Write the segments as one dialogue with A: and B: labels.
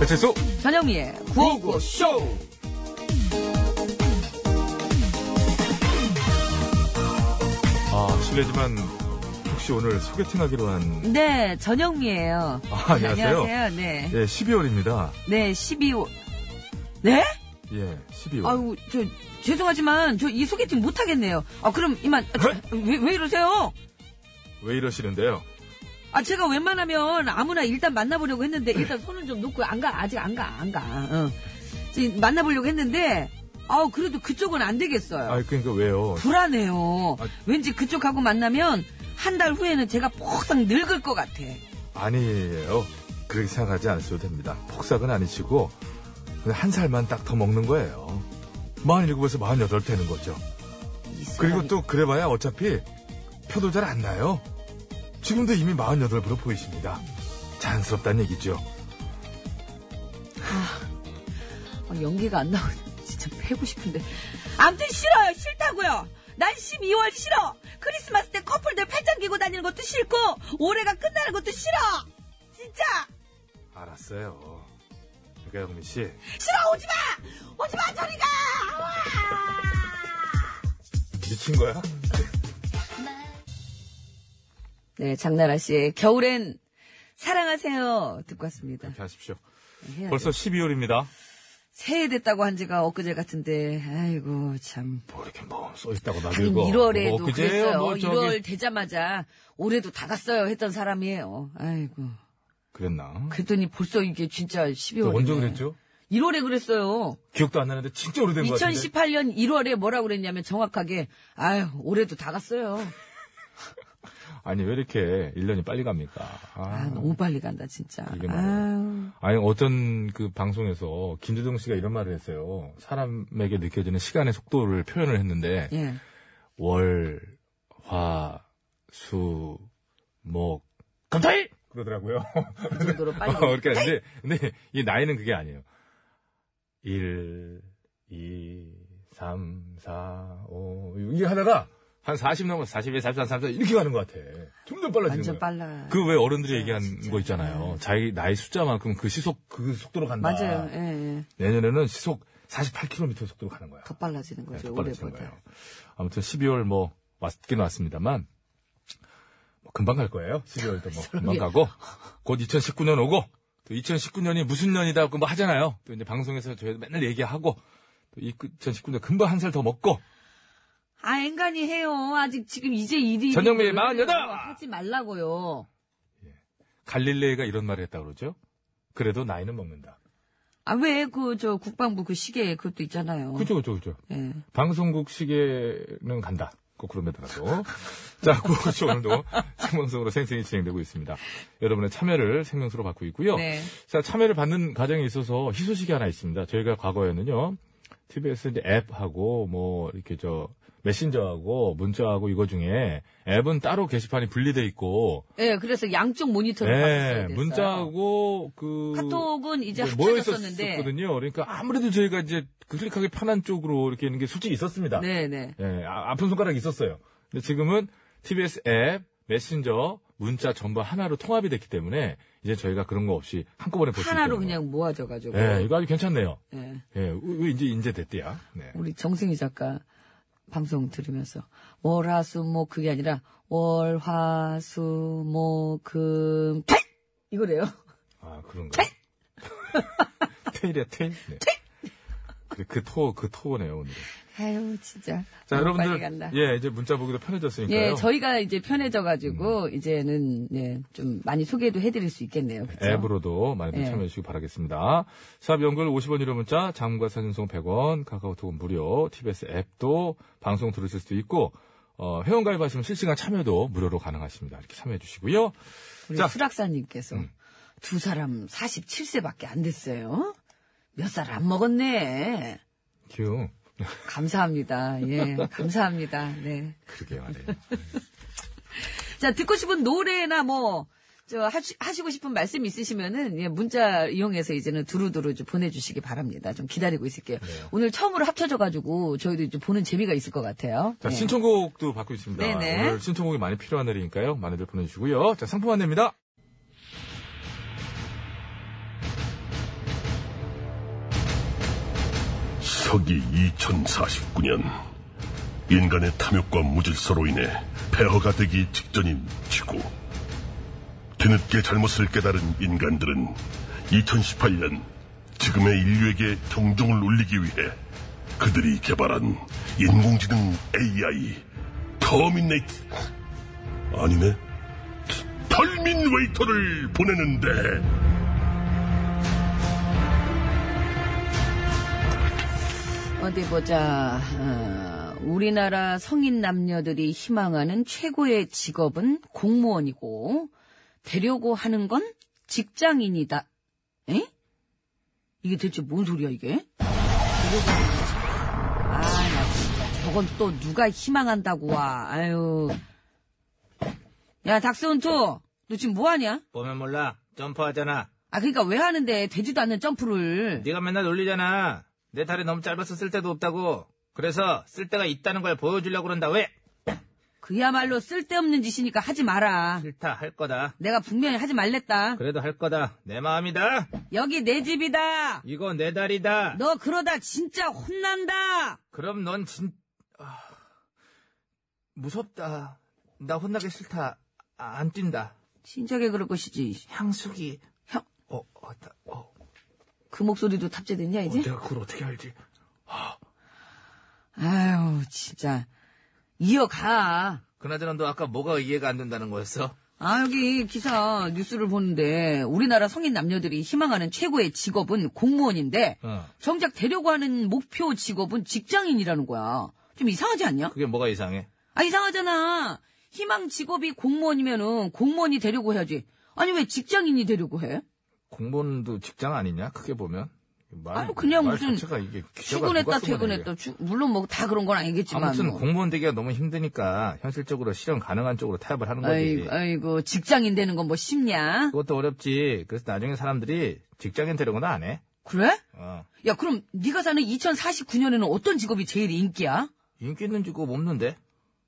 A: 배칠수
B: 전영미의 구호구호
A: 쇼. 아 실례지만 혹시 오늘 소개팅하기로 한
B: 네, 전영미예요.
A: 아, 안녕하세요.
B: 안녕하세요. 네.
A: 예, 12월입니다.
B: 네, 12월. 네?
A: 예, 12월.
B: 아유, 저 죄송하지만 저 이 소개팅 못 하겠네요. 아, 그럼 이만 아, 저,
A: 네?
B: 왜, 왜 이러세요?
A: 왜 이러시는데요?
B: 아, 제가 웬만하면 아무나 일단 만나보려고 했는데 일단 손은 좀 놓고 안 가. 아직 안 가. 안 가. 어. 지금 만나보려고 했는데 아, 그래도 그쪽은 안 되겠어요.
A: 아, 그러니까 왜요?
B: 불안해요.
A: 아.
B: 왠지 그쪽하고 만나면 한 달 후에는 제가 폭삭 늙을 것 같아.
A: 아니에요. 그렇게 생각하지 않으셔도 됩니다. 폭삭은 아니시고 그냥 한 살만 딱 더 먹는 거예요. 47에서 48 되는 거죠.
B: 이 사람이-
A: 그리고 또 그래봐야 어차피 표도 잘 안 나요. 지금도 이미 48으로 보이십니다. 자연스럽다는 얘기죠.
B: 아, 연기가 안 나오네. 진짜 패고 싶은데. 암튼 싫어요. 싫다고요. 난 12월 싫어. 크리스마스 때 커플들 팔짱 끼고 다니는 것도 싫고 올해가 끝나는 것도 싫어. 진짜
A: 알았어요. 그러니까 영민 씨.
B: 싫어 오지 마. 오지 마 저리 가.
A: 미친 거야?
B: 네, 장나라 씨의 겨울엔 사랑하세요 듣고 왔습니다.
A: 그렇게 하십시오.
B: 해야
A: 벌써 12월입니다.
B: 새해 됐다고 한 지가 엊그제 같은데 아이고 참.
A: 뭐 이렇게 뭐써 있다고
B: 하긴
A: 나들고.
B: 1월에도
A: 뭐 엊그제예요,
B: 그랬어요.
A: 뭐 저기
B: 1월 되자마자 올해도 다 갔어요 했던 사람이에요. 아이고.
A: 그랬나?
B: 그랬더니 벌써 이게 진짜 12월이네.
A: 언제 그랬죠?
B: 1월에 그랬어요.
A: 기억도 안 나는데 진짜 오래된 거 같은데.
B: 2018년 1월에 뭐라고 그랬냐면 정확하게 아유 올해도 다 갔어요.
A: 아니 왜 이렇게 1년이 빨리 갑니까?
B: 아,
A: 아,
B: 너무 빨리 간다 진짜.
A: 이게 말이야.
B: 아유.
A: 아니 어떤 그 방송에서 김재동 씨가 이런 말을 했어요. 사람에게 느껴지는 시간의 속도를 표현을 했는데
B: 예.
A: 월, 화, 수, 목, 감타일 그러더라고요.
B: 그 정도로 빨리.
A: 어, 그러니까 근데 근데 이 나이는 그게 아니에요. 1, 2, 3, 4, 5, 6 이게 하다가 한 40 넘어 41, 43, 34 이렇게 가는 것 같아. 점점 빨라지는 거야.
B: 완전 빨라.
A: 그 왜 어른들이
B: 네,
A: 얘기한
B: 진짜. 네.
A: 거 있잖아요. 자기 나이 숫자만큼 그 시속 그 속도로 간다.
B: 맞아요. 예, 예.
A: 내년에는 시속 48km 속도로 가는 거야.
B: 더 빨라지는 거죠
A: 더 빨라지는
B: 올해보다.
A: 네, 거예요. 아무튼 12월 뭐 왔긴 왔습니다만 뭐 금방 갈 거예요. 12월도 뭐 금방 가고 곧 2019년 오고 또 2019년이 무슨 년이다 뭐 하잖아요. 또 이제 방송에서 저희도 맨날 얘기하고 또 2019년 금방 한 살 더 먹고
B: 아 앵간히 해요. 아직 지금 이제 일이. 뭐
A: 전영미 48!
B: 하지 말라고요.
A: 갈릴레이가 이런 말을 했다 그러죠. 그래도 나이는 먹는다.
B: 아 왜 그 저 국방부 그 시계 그것도 있잖아요.
A: 그죠 그죠 그죠.
B: 예.
A: 방송국 시계는 간다. 거꾸로 매달아서. 자, 구호쇼 오늘도 생방송으로 생생히 진행되고 있습니다. 여러분의 참여를 생명수로 받고 있고요.
B: 네.
A: 자, 참여를 받는 과정에 있어서 희소식이 하나 있습니다. 저희가 과거에는요, TBS 이제 앱하고, 뭐, 이렇게 저, 메신저하고, 문자하고 이거 중에 앱은 따로 게시판이 분리돼 있고,
B: 예, 그래서 양쪽 모니터를 봤어야
A: 예,
B: 됐어요.
A: 문자하고 그,
B: 카톡은 이제 합쳐졌었는데.
A: 뭐, 모여있었거든요. 그러니까 아무래도 저희가 이제 클릭하기 편한 쪽으로 이렇게 있는 게 솔직히 있었습니다.
B: 네네.
A: 예, 아, 아픈 손가락이 있었어요. 근데 지금은 TBS 앱, 메신저, 문자 전부 하나로 통합이 됐기 때문에 이제 저희가 그런 거 없이 한꺼번에 볼 수 있는
B: 하나로 그냥 모아져가지고.
A: 예, 이거 아주 괜찮네요.
B: 예.
A: 예, 왜 이제 인제 됐대야. 네.
B: 우리 정승희 작가 방송 들으면서 월화수목 뭐 그게 아니라 뭐 월화수목금퇴 이거래요.
A: 아, 그런가. 테일이야, 테일. 네. 그, 그 토, 그 토네요, 오늘.
B: 아유 진짜.
A: 자,
B: 너무
A: 여러분들.
B: 빨리 간다.
A: 예, 이제 문자 보기도 편해졌으니까요. 음.
B: 예, 저희가 이제 편해져가지고 이제는 예, 좀 많이 소개도 해드릴 수 있겠네요. 그쵸?
A: 앱으로도 많이들
B: 예.
A: 참여해주시기 바라겠습니다. 샵 연글 50원 유료 문자, 장문과 사진송 100원, 카카오톡은 무료, TBS 앱도 방송 들으실 수도 있고, 어, 회원 가입하시면 실시간 참여도 무료로 가능하십니다. 이렇게 참여해주시고요.
B: 우리
A: 자. 음.
B: 수락사님께서 두 사람 47세밖에 안 됐어요. 몇 살 안 먹었네.
A: 큐.
B: 감사합니다. 예, 감사합니다. 네.
A: 그러게 말이에요.
B: 자, 듣고 싶은 노래나 뭐, 저, 하시, 하시고 싶은 말씀 있으시면은, 예, 문자 이용해서 이제는 두루두루 좀 보내주시기 바랍니다. 좀 기다리고 있을게요. 오늘 처음으로 합쳐져가지고, 저희도 이제 보는 재미가 있을 것 같아요.
A: 자,
B: 예.
A: 신청곡도 받고 있습니다.
B: 네네.
A: 오늘 신청곡이 많이 필요한 날이니까요. 많이들 보내주시고요. 자, 상품 안내입니다.
C: 서기 2049년 인간의 탐욕과 무질서로 인해 폐허가 되기 직전인 지구. 뒤늦게 잘못을 깨달은 인간들은 2018년 지금의 인류에게 경종을 울리기 위해 그들이 개발한 인공지능 AI 터미네이트 아니네 털민웨이터를 보내는데
B: 어디 보자. 어, 우리나라 성인 남녀들이 희망하는 최고의 직업은 공무원이고, 되려고 하는 건 직장인이다. 에? 이게 대체 뭔 소리야, 이게? 되려고 하는 거지. 아, 나 진짜. 저건 또 누가 희망한다고 와. 아유. 야, 닥스훈토. 너 지금 뭐 하냐?
A: 보면 몰라. 점프하잖아.
B: 아, 그니까 왜 하는데 되지도 않는 점프를.
A: 네가 맨날 놀리잖아. 내 다리 너무 짧아서 쓸 데도 없다고. 그래서 쓸 데가 있다는 걸 보여주려고 그런다. 왜?
B: 그야말로 쓸데없는 짓이니까 하지 마라.
A: 싫다 할 거다.
B: 내가 분명히 하지 말랬다.
A: 그래도 할 거다. 내 마음이다.
B: 여기 내 집이다.
A: 이거 내 다리다.
B: 너 그러다 진짜 혼난다.
A: 그럼 넌 진... 아, 무섭다. 나 혼나기 싫다. 아, 안 뛴다.
B: 진작에 그럴 것이지.
A: 향수기.
B: 형,
A: 어, 어, 나- 어,
B: 그 목소리도 탑재됐냐
A: 어,
B: 이제?
A: 내가 그걸 어떻게 알지?
B: 아유 진짜 이어가.
A: 그나저나 너 아까 뭐가 이해가 안 된다는 거였어?
B: 아 여기 기사 뉴스를 보는데 우리나라 성인 남녀들이 희망하는 최고의 직업은 공무원인데
A: 어.
B: 정작 되려고 하는 목표 직업은 직장인이라는 거야. 좀 이상하지 않냐?
A: 그게 뭐가 이상해?
B: 아 이상하잖아. 희망 직업이 공무원이면은 공무원이 되려고 해야지. 아니 왜 직장인이 되려고 해?
A: 공무원도 직장 아니냐? 크게 보면? 말,
B: 아니, 그냥
A: 말
B: 무슨
A: 자체가 이게 기자가 누가
B: 출근했다
A: 쓰고 있는 얘기야.
B: 퇴근했다 주- 물론 뭐 다 그런 건 아니겠지만
A: 아무튼
B: 뭐.
A: 공무원 되기가 너무 힘드니까 현실적으로 실현 가능한 쪽으로 타협을 하는 거지.
B: 아이고, 아이고 직장인 되는 건 뭐 쉽냐
A: 그것도 어렵지. 그래서 나중에 사람들이 직장인 되려고는 안 해.
B: 그래?
A: 어.
B: 야 그럼 네가 사는 2049년에는 어떤 직업이 제일 인기야?
A: 인기 있는 직업 없는데?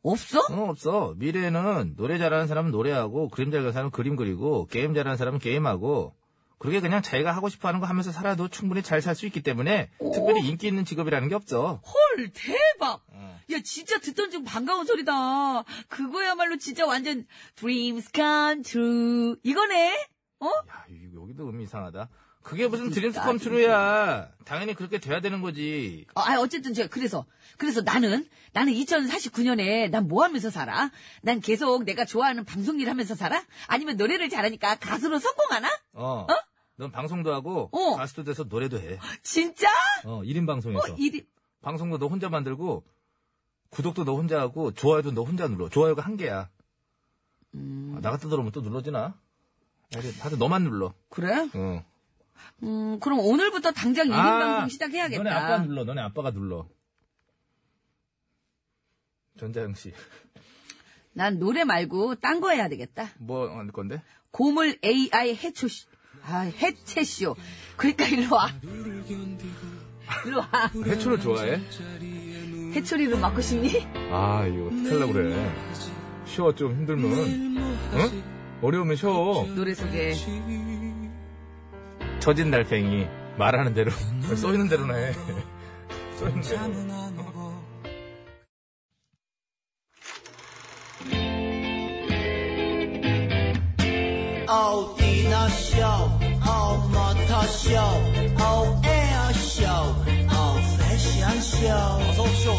B: 없어?
A: 어, 없어. 미래에는 노래 잘하는 사람은 노래하고, 그림 잘하는 사람은 그림 그리고, 게임 잘하는 사람은 게임하고, 그렇게 그냥 자기가 하고 싶어 하는 거 하면서 살아도 충분히 잘 살 수 있기 때문에, 특별히 인기 있는 직업이라는 게 없어.
B: 헐 대박
A: 어.
B: 야 진짜 듣던 중 반가운 소리다 그거야말로 진짜 완전 dreams come true 이거네 어?
A: 야, 아, 이- 여기도 의미 이상하다. 그게 무슨 드림스 컴 트루야. 당연히 그렇게 돼야 되는 거지.
B: 어, 아, 어쨌든 제가 그래서 그래서 나는 나는 2049년에 난 뭐 하면서 살아? 난 계속 내가 좋아하는 방송 일 하면서 살아? 아니면 노래를 잘하니까 가수로 성공하나?
A: 어. 넌 방송도 하고,
B: 어.
A: 가수도 돼서 노래도 해.
B: 진짜?
A: 어, 1인
B: 어,
A: 방송에서.
B: 이리
A: 방송도 너 혼자 만들고, 구독도 너 혼자 하고, 좋아요도 너 혼자 눌러. 좋아요가 한 개야.
B: 음.
A: 아, 나 같은 들어오면 또 눌러지나? 하여튼, 하여튼 너만 눌러.
B: 그래?
A: 응.
B: 음, 그럼 오늘부터 당장 1인 방송 시작해야겠다.
A: 너네 아, 아빠 눌러. 너네 아빠가 눌러. 전자영 씨.
B: 난 노래 말고 딴 거 해야 되겠다.
A: 뭐 할 건데?
B: 고물 AI 해초 쇼. 아, 해체 쇼. 그러니까 일로 와. 일로 와.
A: 해초를 좋아해?
B: 해초리로 맞고 싶니?
A: 아, 이거 어떻게 하려고 그래. 쉬어, 좀 힘들면.
B: 뭐
A: 응? 어려우면 쉬어.
B: 노래 소개.
A: 처진 달팽이. 말하는 대로. 써있는 대로나 해. 써있는 음. 대로.
D: Oh, dinner show, oh, motor show, oh, air show, oh, fashion show. 어서 쇼.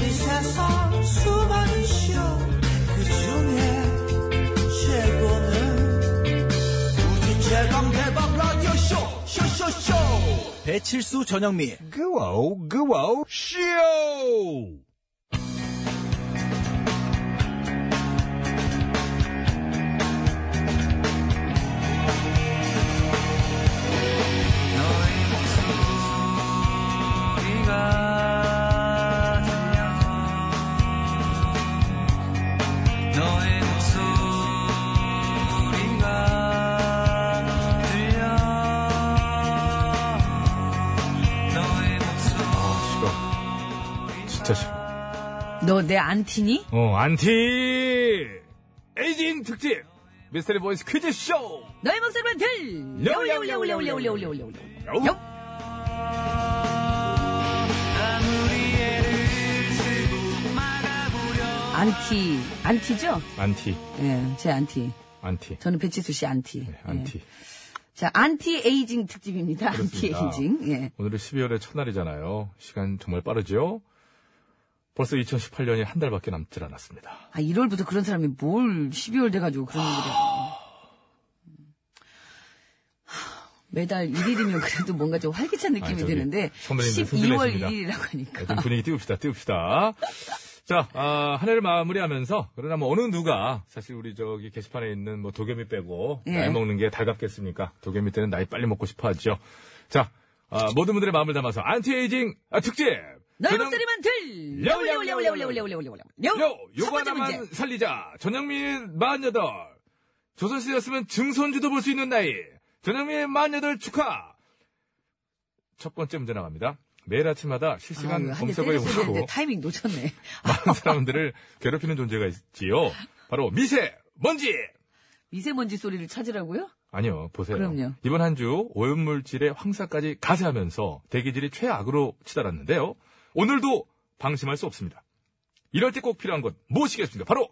D: 이 세상 수많은 쇼, 그 중에 최고는 우주 최강 대박 라디오 쇼, 쇼쇼쇼. 배칠수 전영미.
C: 그와우 그와우 쇼
A: 아, 싫어. 진짜 싫어.
B: 너 내 안티니?
A: 어, 안티! 에이징 특집! 미스터리 보이스 퀴즈 쇼!
B: 너의 목소리만 들! 려울려울려울려울려울려울려울려울.
A: 려울.
B: 려울. 안티, 안티죠?
A: 안티,
B: 예, 제 안티.
A: 안티,
B: 저는 배치수 씨 안티.
A: 네, 안티.
B: 예. 자, 안티 에이징 특집입니다. 안티
A: 그렇습니다.
B: 에이징. 예.
A: 오늘은 12월의 첫날이잖아요. 시간 정말 빠르죠? 벌써 2018년이 한 달밖에 남질 않았습니다.
B: 아, 1월부터 그런 사람이 뭘 12월 돼가지고 그런 얘기를 해요. 음. 하, 매달 1일이면 그래도 뭔가 좀 활기찬 느낌이
A: 아니, 저기,
B: 드는데
A: 선배님들
B: 12월
A: 승질내십니다.
B: 1일이라고 하니까
A: 네, 좀 분위기 띄웁시다, 띄웁시다. 자, 아, 한 해를 마무리하면서, 그러나 뭐 어느 누가, 사실 우리 저기 게시판에 있는 뭐 도겸이 빼고,
B: 예.
A: 나이 먹는 게 달갑겠습니까? 도겸이 때는 나이 빨리 먹고 싶어 하죠. 자, 아, 모든 분들의 마음을 담아서 안티에이징 아, 특집!
B: 너희
A: 저는-
B: 목소리만 들!
A: 려우, 려우, 려우, 려우, 려우, 려우, 요!
B: 려우려우려우려우려우려우려우 첫
A: 요거
B: 번째
A: 하나만
B: 문제
A: 살리자. 전영미의 48. 조선시대였으면 증손주도 볼 수 있는 나이. 전영미의 48 축하. 첫 번째 문제 나갑니다. 매일 아침마다 실시간 검색어에 오르고
B: 데 타이밍 놓쳤네
A: 많은 사람들을 괴롭히는 존재가 있지요. 바로 미세 먼지.
B: 미세먼지 소리를 찾으라고요?
A: 아니요, 보세요.
B: 그럼요.
A: 이번 한 주 오염물질의 황사까지 가세하면서 대기질이 최악으로 치달았는데요. 오늘도 방심할 수 없습니다. 이럴 때 꼭 필요한 건 무엇이겠습니까? 바로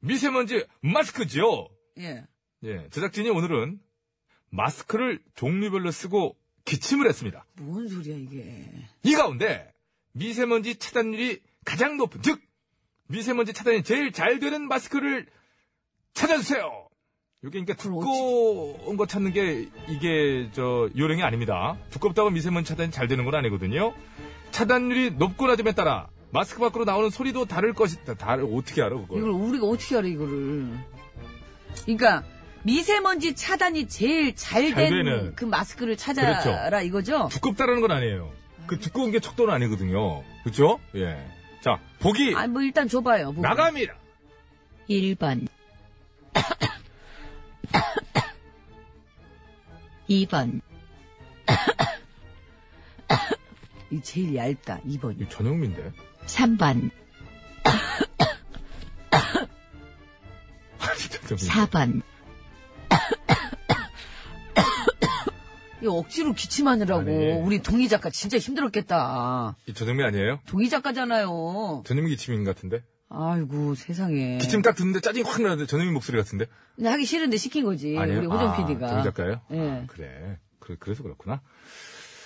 A: 미세먼지 마스크지요.
B: 예
A: 예, 제작진이 오늘은 마스크를 종류별로 쓰고 기침을 했습니다.
B: 뭔 소리야 이게
A: 이 가운데 미세먼지 차단율이 가장 높은 즉 미세먼지 차단이 제일 잘 되는 마스크를 찾아주세요. 이게 그러니까
B: 그걸
A: 두꺼운 거 찾는 게 이게 저 요령이 아닙니다. 두껍다고 미세먼지 차단이 잘 되는 건 아니거든요. 차단율이 높거나 됨에 따라 마스크 밖으로 나오는 소리도 다를 것이다. 다를 어떻게 알아 그걸?
B: 이걸 우리가 어떻게 알아 이거를 그러니까 미세먼지 차단이 제일 잘
A: 잘
B: 된
A: 되는.
B: 그 마스크를 찾아라
A: 그렇죠.
B: 이거죠?
A: 두껍다라는 건 아니에요. 그 두꺼운 게 척도는 아니거든요. 그렇죠? 예. 자 보기
B: 아, 뭐 일단 줘봐요. 뭐.
A: 나갑니다.
E: 1번 2번
B: 이 제일 얇다. 2번이.
A: 이 전영민데.
E: 3번
A: 아니, 전영민.
E: 4번
B: 이 억지로 기침하느라고
A: 아니.
B: 우리 동희 작가 진짜 힘들었겠다.
A: 이 전영민 아니에요?
B: 동희 작가잖아요.
A: 전현민 기침인 것 같은데?
B: 아이고 세상에.
A: 기침 딱 듣는데 짜증이 확 나는데 전현민 목소리 같은데?
B: 근데 하기 싫은데 시킨 거지. 예, 우리 호정
A: 아,
B: PD가.
A: 정희 작가예요? 아,
B: 예.
A: 그래. 그, 래서 그렇구나.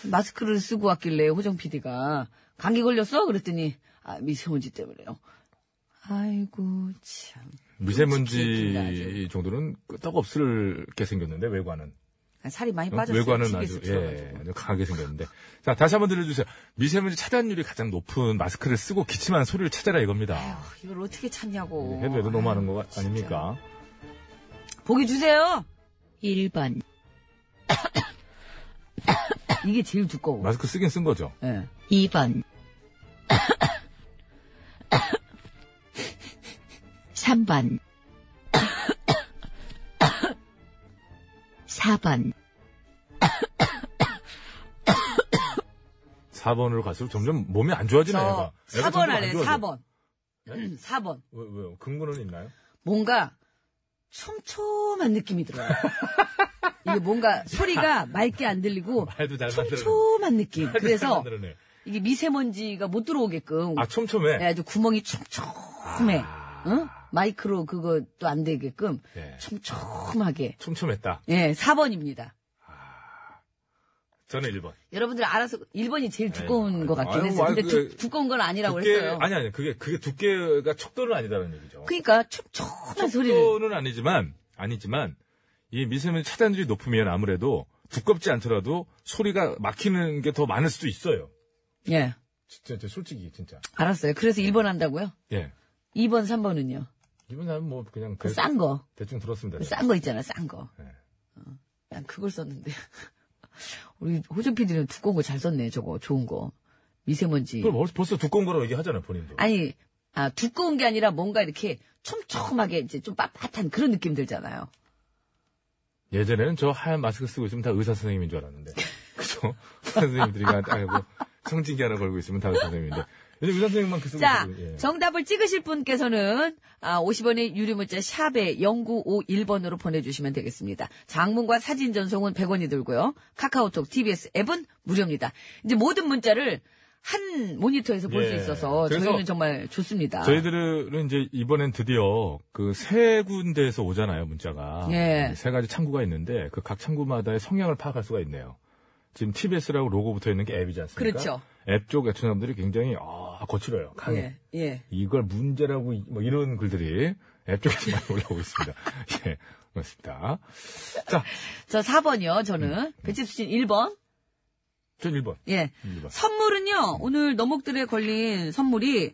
B: 마스크를 쓰고 왔길래 호정 PD가 감기 걸렸어? 그랬더니 아, 미세먼지 때문에요. 아이고 참. 기침이
A: 미세먼지
B: 음, 아주.
A: 정도는 끄떡 없을게 생겼는데, 외관은.
B: 아, 살이 많이
A: 어?
B: 빠졌어요.
A: 외관은
B: 시계수
A: 아주, 예,
B: 들어가지고.
A: 아주 강하게 생겼는데. 자, 다시 한번 들려주세요. 미세먼지 차단율이 가장 높은 마스크를 쓰고 기침한 소리를 찾아라 이겁니다.
B: 아휴, 이걸 어떻게 찾냐고.
A: 해도 해도 너무 하는 거
B: 아유, 진짜.
A: 아닙니까?
B: 보기 주세요.
E: 1번
B: 이게 제일 두꺼워.
A: 마스크 쓰긴 쓴 거죠.
B: 예.
E: 2번 3번 4번
A: 4번으로 갈수록 점점 몸이 안 좋아지네,
B: 저
A: 얘가. 얘가
B: 4번
A: 점점 안 예?
B: 할래.
A: 좋아져.
B: 4번. 음, 4번.
A: 왜, 왜요? 근거는 있나요?
B: 뭔가 촘촘한 느낌이 들어요. 이게 뭔가 소리가 맑게 안 들리고
A: 말도 잘
B: 촘촘한 느낌. 그래서
A: 만들어내.
B: 이게 미세먼지가 못 들어오게끔
A: 아, 촘촘해.
B: 예, 아주 구멍이 촘촘해. 응? 마이크로 그것도 안 되게끔
A: 네.
B: 촘촘하게.
A: 촘촘했다.
B: 예, 4번입니다.
A: 저는 1번.
B: 여러분들 알아서 1번이 제일 두꺼운
A: 아유,
B: 것 같긴
A: 네. 아유,
B: 했어요. 근데
A: 아유,
B: 두,
A: 그게-
B: 두꺼운 건 아니라고
A: 두께
B: 했어요.
A: 아니 아니 그게 그게 두께가 척도는 아니다라는 얘기죠.
B: 그러니까 촘촘한 소리를
A: 척도는 아니지만 아니지만 이 미세먼지 차단율이 높으면 아무래도 두껍지 않더라도 소리가 막히는 게 더 많을 수도 있어요.
B: 예
A: 진짜, 진짜 솔직히 진짜.
B: 알았어요 그래서 1번 한다고요
A: 예.
B: 2번 3번은요
A: 이번 사람 뭐 그냥 대,
B: 그 싼 거 싼 거
A: 대충 들었습니다.
B: 있잖아 싼거난 어,
A: 네.
B: 그걸 썼는데 우리 호준 PD는 두꺼운 거 잘 썼네 저거 좋은 거 미세먼지
A: 그걸 뭐- 벌써, 벌써 두꺼운 거라고 얘기하잖아요 본인도.
B: 아니 아 두꺼운 게 아니라 뭔가 이렇게 촘촘하게 이제 좀 빳빳한 그런 느낌 들잖아요
A: 예전에는 저 하얀 마스크 쓰고 있으면 다 의사 선생님인 줄 알았는데. 그죠? 의사 선생님들이 아니고 청진기 하나 걸고 있으면 다 의사 선생님인데. 요즘 의사 선생님만 그 쓰고
B: 자,
A: 있어요. 예.
B: 정답을 찍으실 분께서는 아, 50원의 유료 문자 샵에 0951번으로 보내주시면 되겠습니다. 장문과 사진 전송은 100원이 들고요. 카카오톡, TBS 앱은 무료입니다. 이제 모든 문자를 한 모니터에서 볼 수
A: 예.
B: 있어서
A: 그래서
B: 저희는 정말 좋습니다.
A: 저희들은 이제 이번엔 드디어 그 세 군데에서 오잖아요, 문자가.
B: 예.
A: 세 가지 창구가 있는데 그 각 창구마다의 성향을 파악할 수가 있네요. 지금 TBS라고 로고 붙어 있는 게 앱이지 않습니까?
B: 그렇죠.
A: 앱 쪽 애청자분들이 굉장히 아, 거칠어요. 강해.
B: 예, 예.
A: 이걸 문제라고 이- 뭐 이런 글들이 앱 쪽에서 많이 올라오고 있습니다. 예. 그렇습니다. 자,
B: 저 4번이요,
A: 음.
B: 저는. 배치수 씨는 1번.
A: 전 1번.
B: 예.
A: 1번.
B: 선물은요, 오늘 너목들에 걸린 선물이,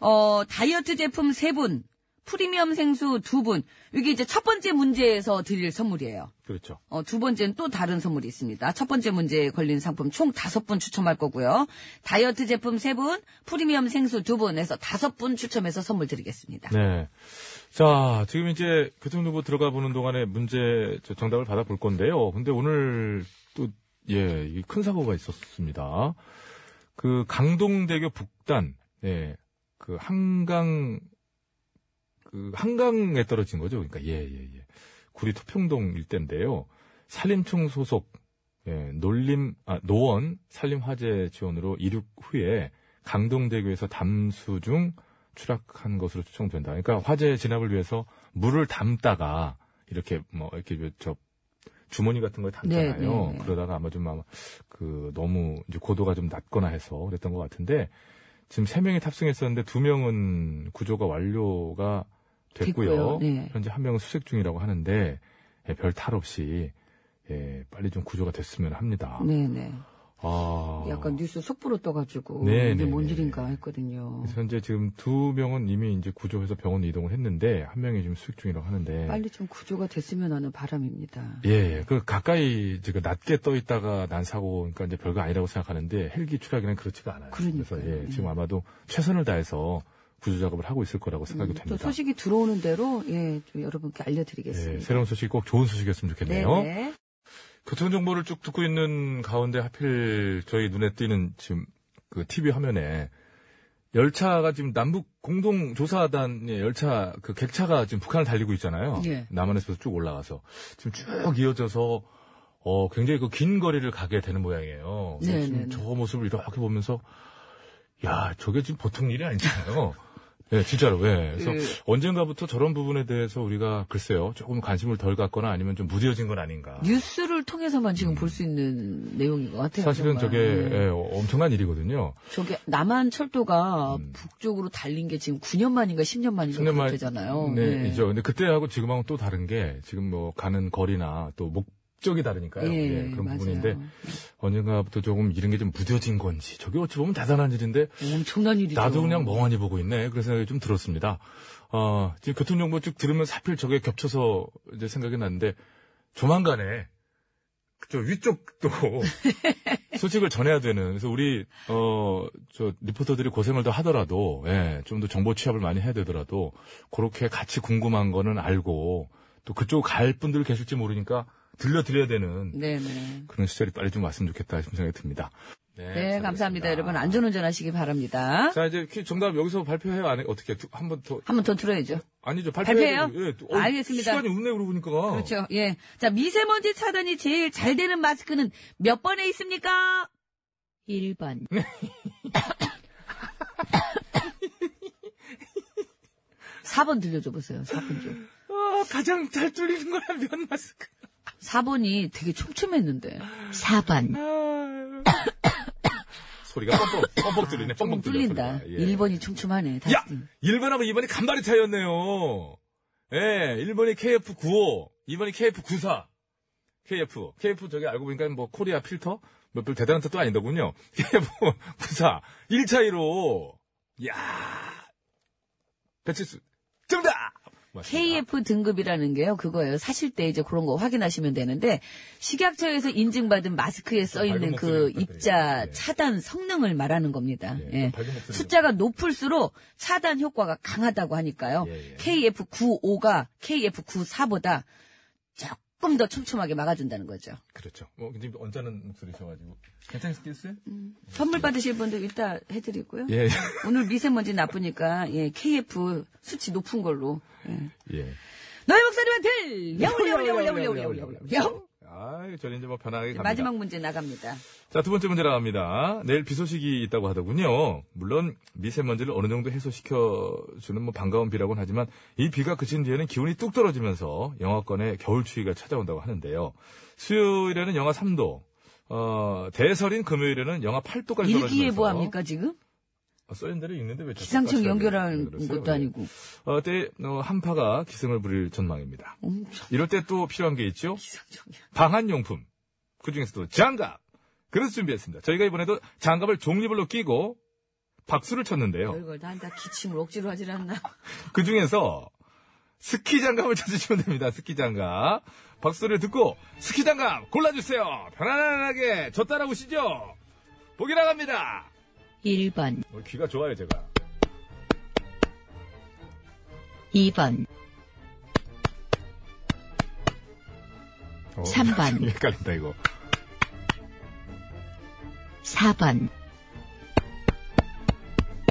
B: 어, 다이어트 제품 3분, 프리미엄 생수 2분, 이게 이제 첫 번째 문제에서 드릴 선물이에요.
A: 그렇죠.
B: 어, 두 번째는 또 다른 선물이 있습니다. 첫 번째 문제에 걸린 상품 총 다섯 분 추첨할 거고요. 다이어트 제품 세 분, 프리미엄 생수 두 분에서 다섯 분 추첨해서 선물 드리겠습니다.
A: 네. 자, 지금 이제 교통정보 들어가 보는 동안에 문제 저 정답을 받아볼 건데요. 근데 오늘 또, 예, 이큰 사고가 있었습니다. 그 강동대교 북단, 예, 그 한강, 그 한강에 떨어진 거죠. 그러니까, 예, 예, 예. 구리 토평동 일대인데요. 산림청 소속, 예, 놀림, 아, 노원 산림화재 지원으로 이륙 후에 강동대교에서 담수 중 추락한 것으로 추정된다. 그러니까 화재 진압을 위해서 물을 담다가 이렇게 뭐 이렇게 저 주머니 같은 거에 담잖아요.
B: 네, 네, 네.
A: 그러다가 아마 좀 아마 그 너무 이제 고도가 좀 낮거나 해서 그랬던 것 같은데 지금 세 명이 탑승했었는데 두 명은 구조가 완료가 됐고요.
B: 됐고요. 네.
A: 현재 한 명은 수색 중이라고 하는데 예, 별 탈 없이 예, 빨리 좀 구조가 됐으면 합니다.
B: 네네.
A: 아,
B: 약간 뉴스 속보로 떠가지고
A: 네,
B: 이게
A: 네,
B: 뭔
A: 네,
B: 일인가
A: 네.
B: 했거든요.
A: 그래서 현재 지금 두 명은 이미 이제 구조해서 병원 이동을 했는데 한 명이 지금 수색 중이라고 하는데
B: 빨리 좀 구조가 됐으면 하는 바람입니다.
A: 예, 예. 그 가까이 지금 낮게 떠 있다가 난 사고 그러니까 이제 별거 아니라고 생각하는데 헬기 추락에는 그렇지가 않아요.
B: 그러니까요.
A: 래서 예,
B: 예.
A: 지금 아마도 최선을 다해서 구조 작업을 하고 있을 거라고 생각이
B: 음, 또
A: 됩니다.
B: 소식이 들어오는 대로 예, 좀 여러분께
A: 예,
B: 알려드리겠습니다.
A: 새로운 소식 꼭 좋은 소식이었으면 좋겠네요.
B: 네네.
A: 교통 그 정보를 쭉 듣고 있는 가운데 하필 저희 눈에 띄는 지금 그 TV 화면에 열차가 지금 남북 공동 조사단의 열차 그 객차가 지금 북한을 달리고 있잖아요.
B: 예.
A: 남한에서 쭉 올라가서 지금 쭉 이어져서 어 굉장히 그 긴 거리를 가게 되는 모양이에요. 뭐
B: 네,
A: 지금
B: 네, 네.
A: 저 모습을 이렇게 보면서 야 저게 지금 보통 일이 아니잖아요. 예, 진짜로, 예. 그래서
B: 그-
A: 언젠가부터 저런 부분에 대해서 우리가 글쎄요, 조금 관심을 덜 갖거나 아니면 좀 무뎌진 건 아닌가.
B: 뉴스를 통해서만 지금 볼 수 있는 내용인 것 같아요.
A: 음. 사실은
B: 정말.
A: 저게
B: 예.
A: 예, 엄청난 일이거든요.
B: 저게 남한 철도가 북쪽으로 달린 게 지금 9년 만인가 10년 만인가
A: 음. 10년 만-
B: 되잖아요.
A: 네, 이죠. 근데 그때하고 지금하고 또 다른 게 지금 뭐 가는 거리나 또 목적이 다르니까요. 예, 그런
B: 맞아요.
A: 부분인데 언젠가부터 조금 이런 게 좀 무뎌진 건지 저게 어찌 보면 대단한 일인데
B: 엄청난 일이죠.
A: 나도 그냥 멍하니 보고 있네. 그런 생각이 좀 들었습니다. 어, 지금 교통정보 쭉 들으면서 하필 저게 겹쳐서 이제 생각이 났는데 조만간에 저 위쪽도 소식을 전해야 되는 그래서 우리 어 저 리포터들이 고생을 더 하더라도 예, 좀 더 정보 취합을 많이 해야 되더라도 그렇게 같이 궁금한 거는 알고 또 그쪽 갈 분들 계실지 모르니까 들려드려야 되는
B: 네네.
A: 그런 시절이 빨리 좀 왔으면 좋겠다 싶은 생각이 듭니다.
B: 네, 감사합니다.
A: 잘했습니다.
B: 여러분 안전운전 하시기 바랍니다.
A: 자, 이제 퀴즈 정답 여기서 발표해요? 안 해? 어떻게? 한 번 더.
B: 한 번 더 들어야죠.
A: 아니죠.
B: 발표해요?
A: 발표해요? 예. 또- 어우,
B: 알겠습니다.
A: 시간이 없네, 그러고 보니까.
B: 그렇죠. 예. 자, 미세먼지 차단이 제일 잘 되는 마스크는 몇 번에 있습니까?
E: 1번,
B: 사 번 들려줘 보세요. 사 번 좀.
A: 아, 가장 잘 뚫리는 거야, 면 마스크.
B: 사번이 되게 촘촘했는데.
E: 4번,
A: 아. 소리가 뻥뻥, 뻥뻥 뚫리네,
B: 조금
A: 뻥뻥 뚫려,
B: 뚫린다.
A: 소리가. 예.
B: 일번이 촘촘하네. 다시.
A: 음. 야! 1번하고 2번이 간발의 차이였네요. 예, 1번이 KF95, 2번이 KF94. KF. KF 저기 알고 보니까 뭐 코리아 필터? 뭐 별 대단한 뜻도 아니더군요. KF94. 1차이로. 야 배치수. 정답! 맞습니다.
B: KF 등급이라는 게요, 그거예요. 사실 때 이제 그런 거 확인하시면 되는데, 식약처에서 인증받은 마스크에 써 있는
A: 밝은
B: 그
A: 목소리 부탁드립니다.
B: 입자
A: 예.
B: 차단 성능을 말하는 겁니다.
A: 예,
B: 예.
A: 좀 밝은 목소리로.
B: 숫자가 높을수록 차단 효과가 강하다고 하니까요.
A: 예, 예.
B: KF95가 KF94보다 조금 더 촘촘하게 막아준다는 거죠.
A: 그렇죠. 뭐, 굉장히 언짢은 목소리셔가지고. 괜찮으시겠어요?
B: 선물 받으실 분들 이따 해드리고요.
A: 예,
B: 오늘 미세먼지 나쁘니까, 예, KF 수치 높은 걸로. 예.
A: 예.
B: 너의 목소리만 들려! 올려, 올려, 올려, 올려, 올려, 올려, 올려.
A: 아, 아, 저는 이제 뭐 편하게 갑니다.
B: 마지막 문제 나갑니다.
A: 자, 두 번째 문제 나갑니다. 내일 비 소식이 있다고 하더군요. 물론 미세먼지를 어느 정도 해소시켜주는 뭐 반가운 비라고는 하지만 이 비가 그친 뒤에는 기온이 뚝 떨어지면서 영하권에 겨울 추위가 찾아온다고 하는데요. 수요일에는 영하 3도, 어, 대설인 금요일에는 영하 8도까지 떨어지면서
B: 뭐 일기예보합니까 지금?
A: 아, 써있는 대로 읽는데 왜 자꾸
B: 기상청
A: 까칠하게
B: 연결하는
A: 그러세요?
B: 것도 아니고.
A: 어, 때 어, 한파가 기승을 부릴 전망입니다.
B: 엄청
A: 이럴 때 또 필요한 게 있죠.
B: 기상청이야.
A: 방한용품. 그 중에서도 장갑. 그래서 준비했습니다. 저희가 이번에도 장갑을 종이별로 끼고 박수를 쳤는데요.
B: 별걸 다 한다 기침을 억지로 하질 않나.
A: 그 중에서 스키 장갑을 찾으시면 됩니다. 스키 장갑. 박수를 듣고 스키 장갑 골라주세요. 편안하게 저 따라오시죠. 보기 나갑니다.
E: 1번,
A: 어, 귀가 좋아요, 제가.
E: 2번,
A: 어,
E: 삼 번.
A: 좀 헷갈린다, 이거.
E: 4번,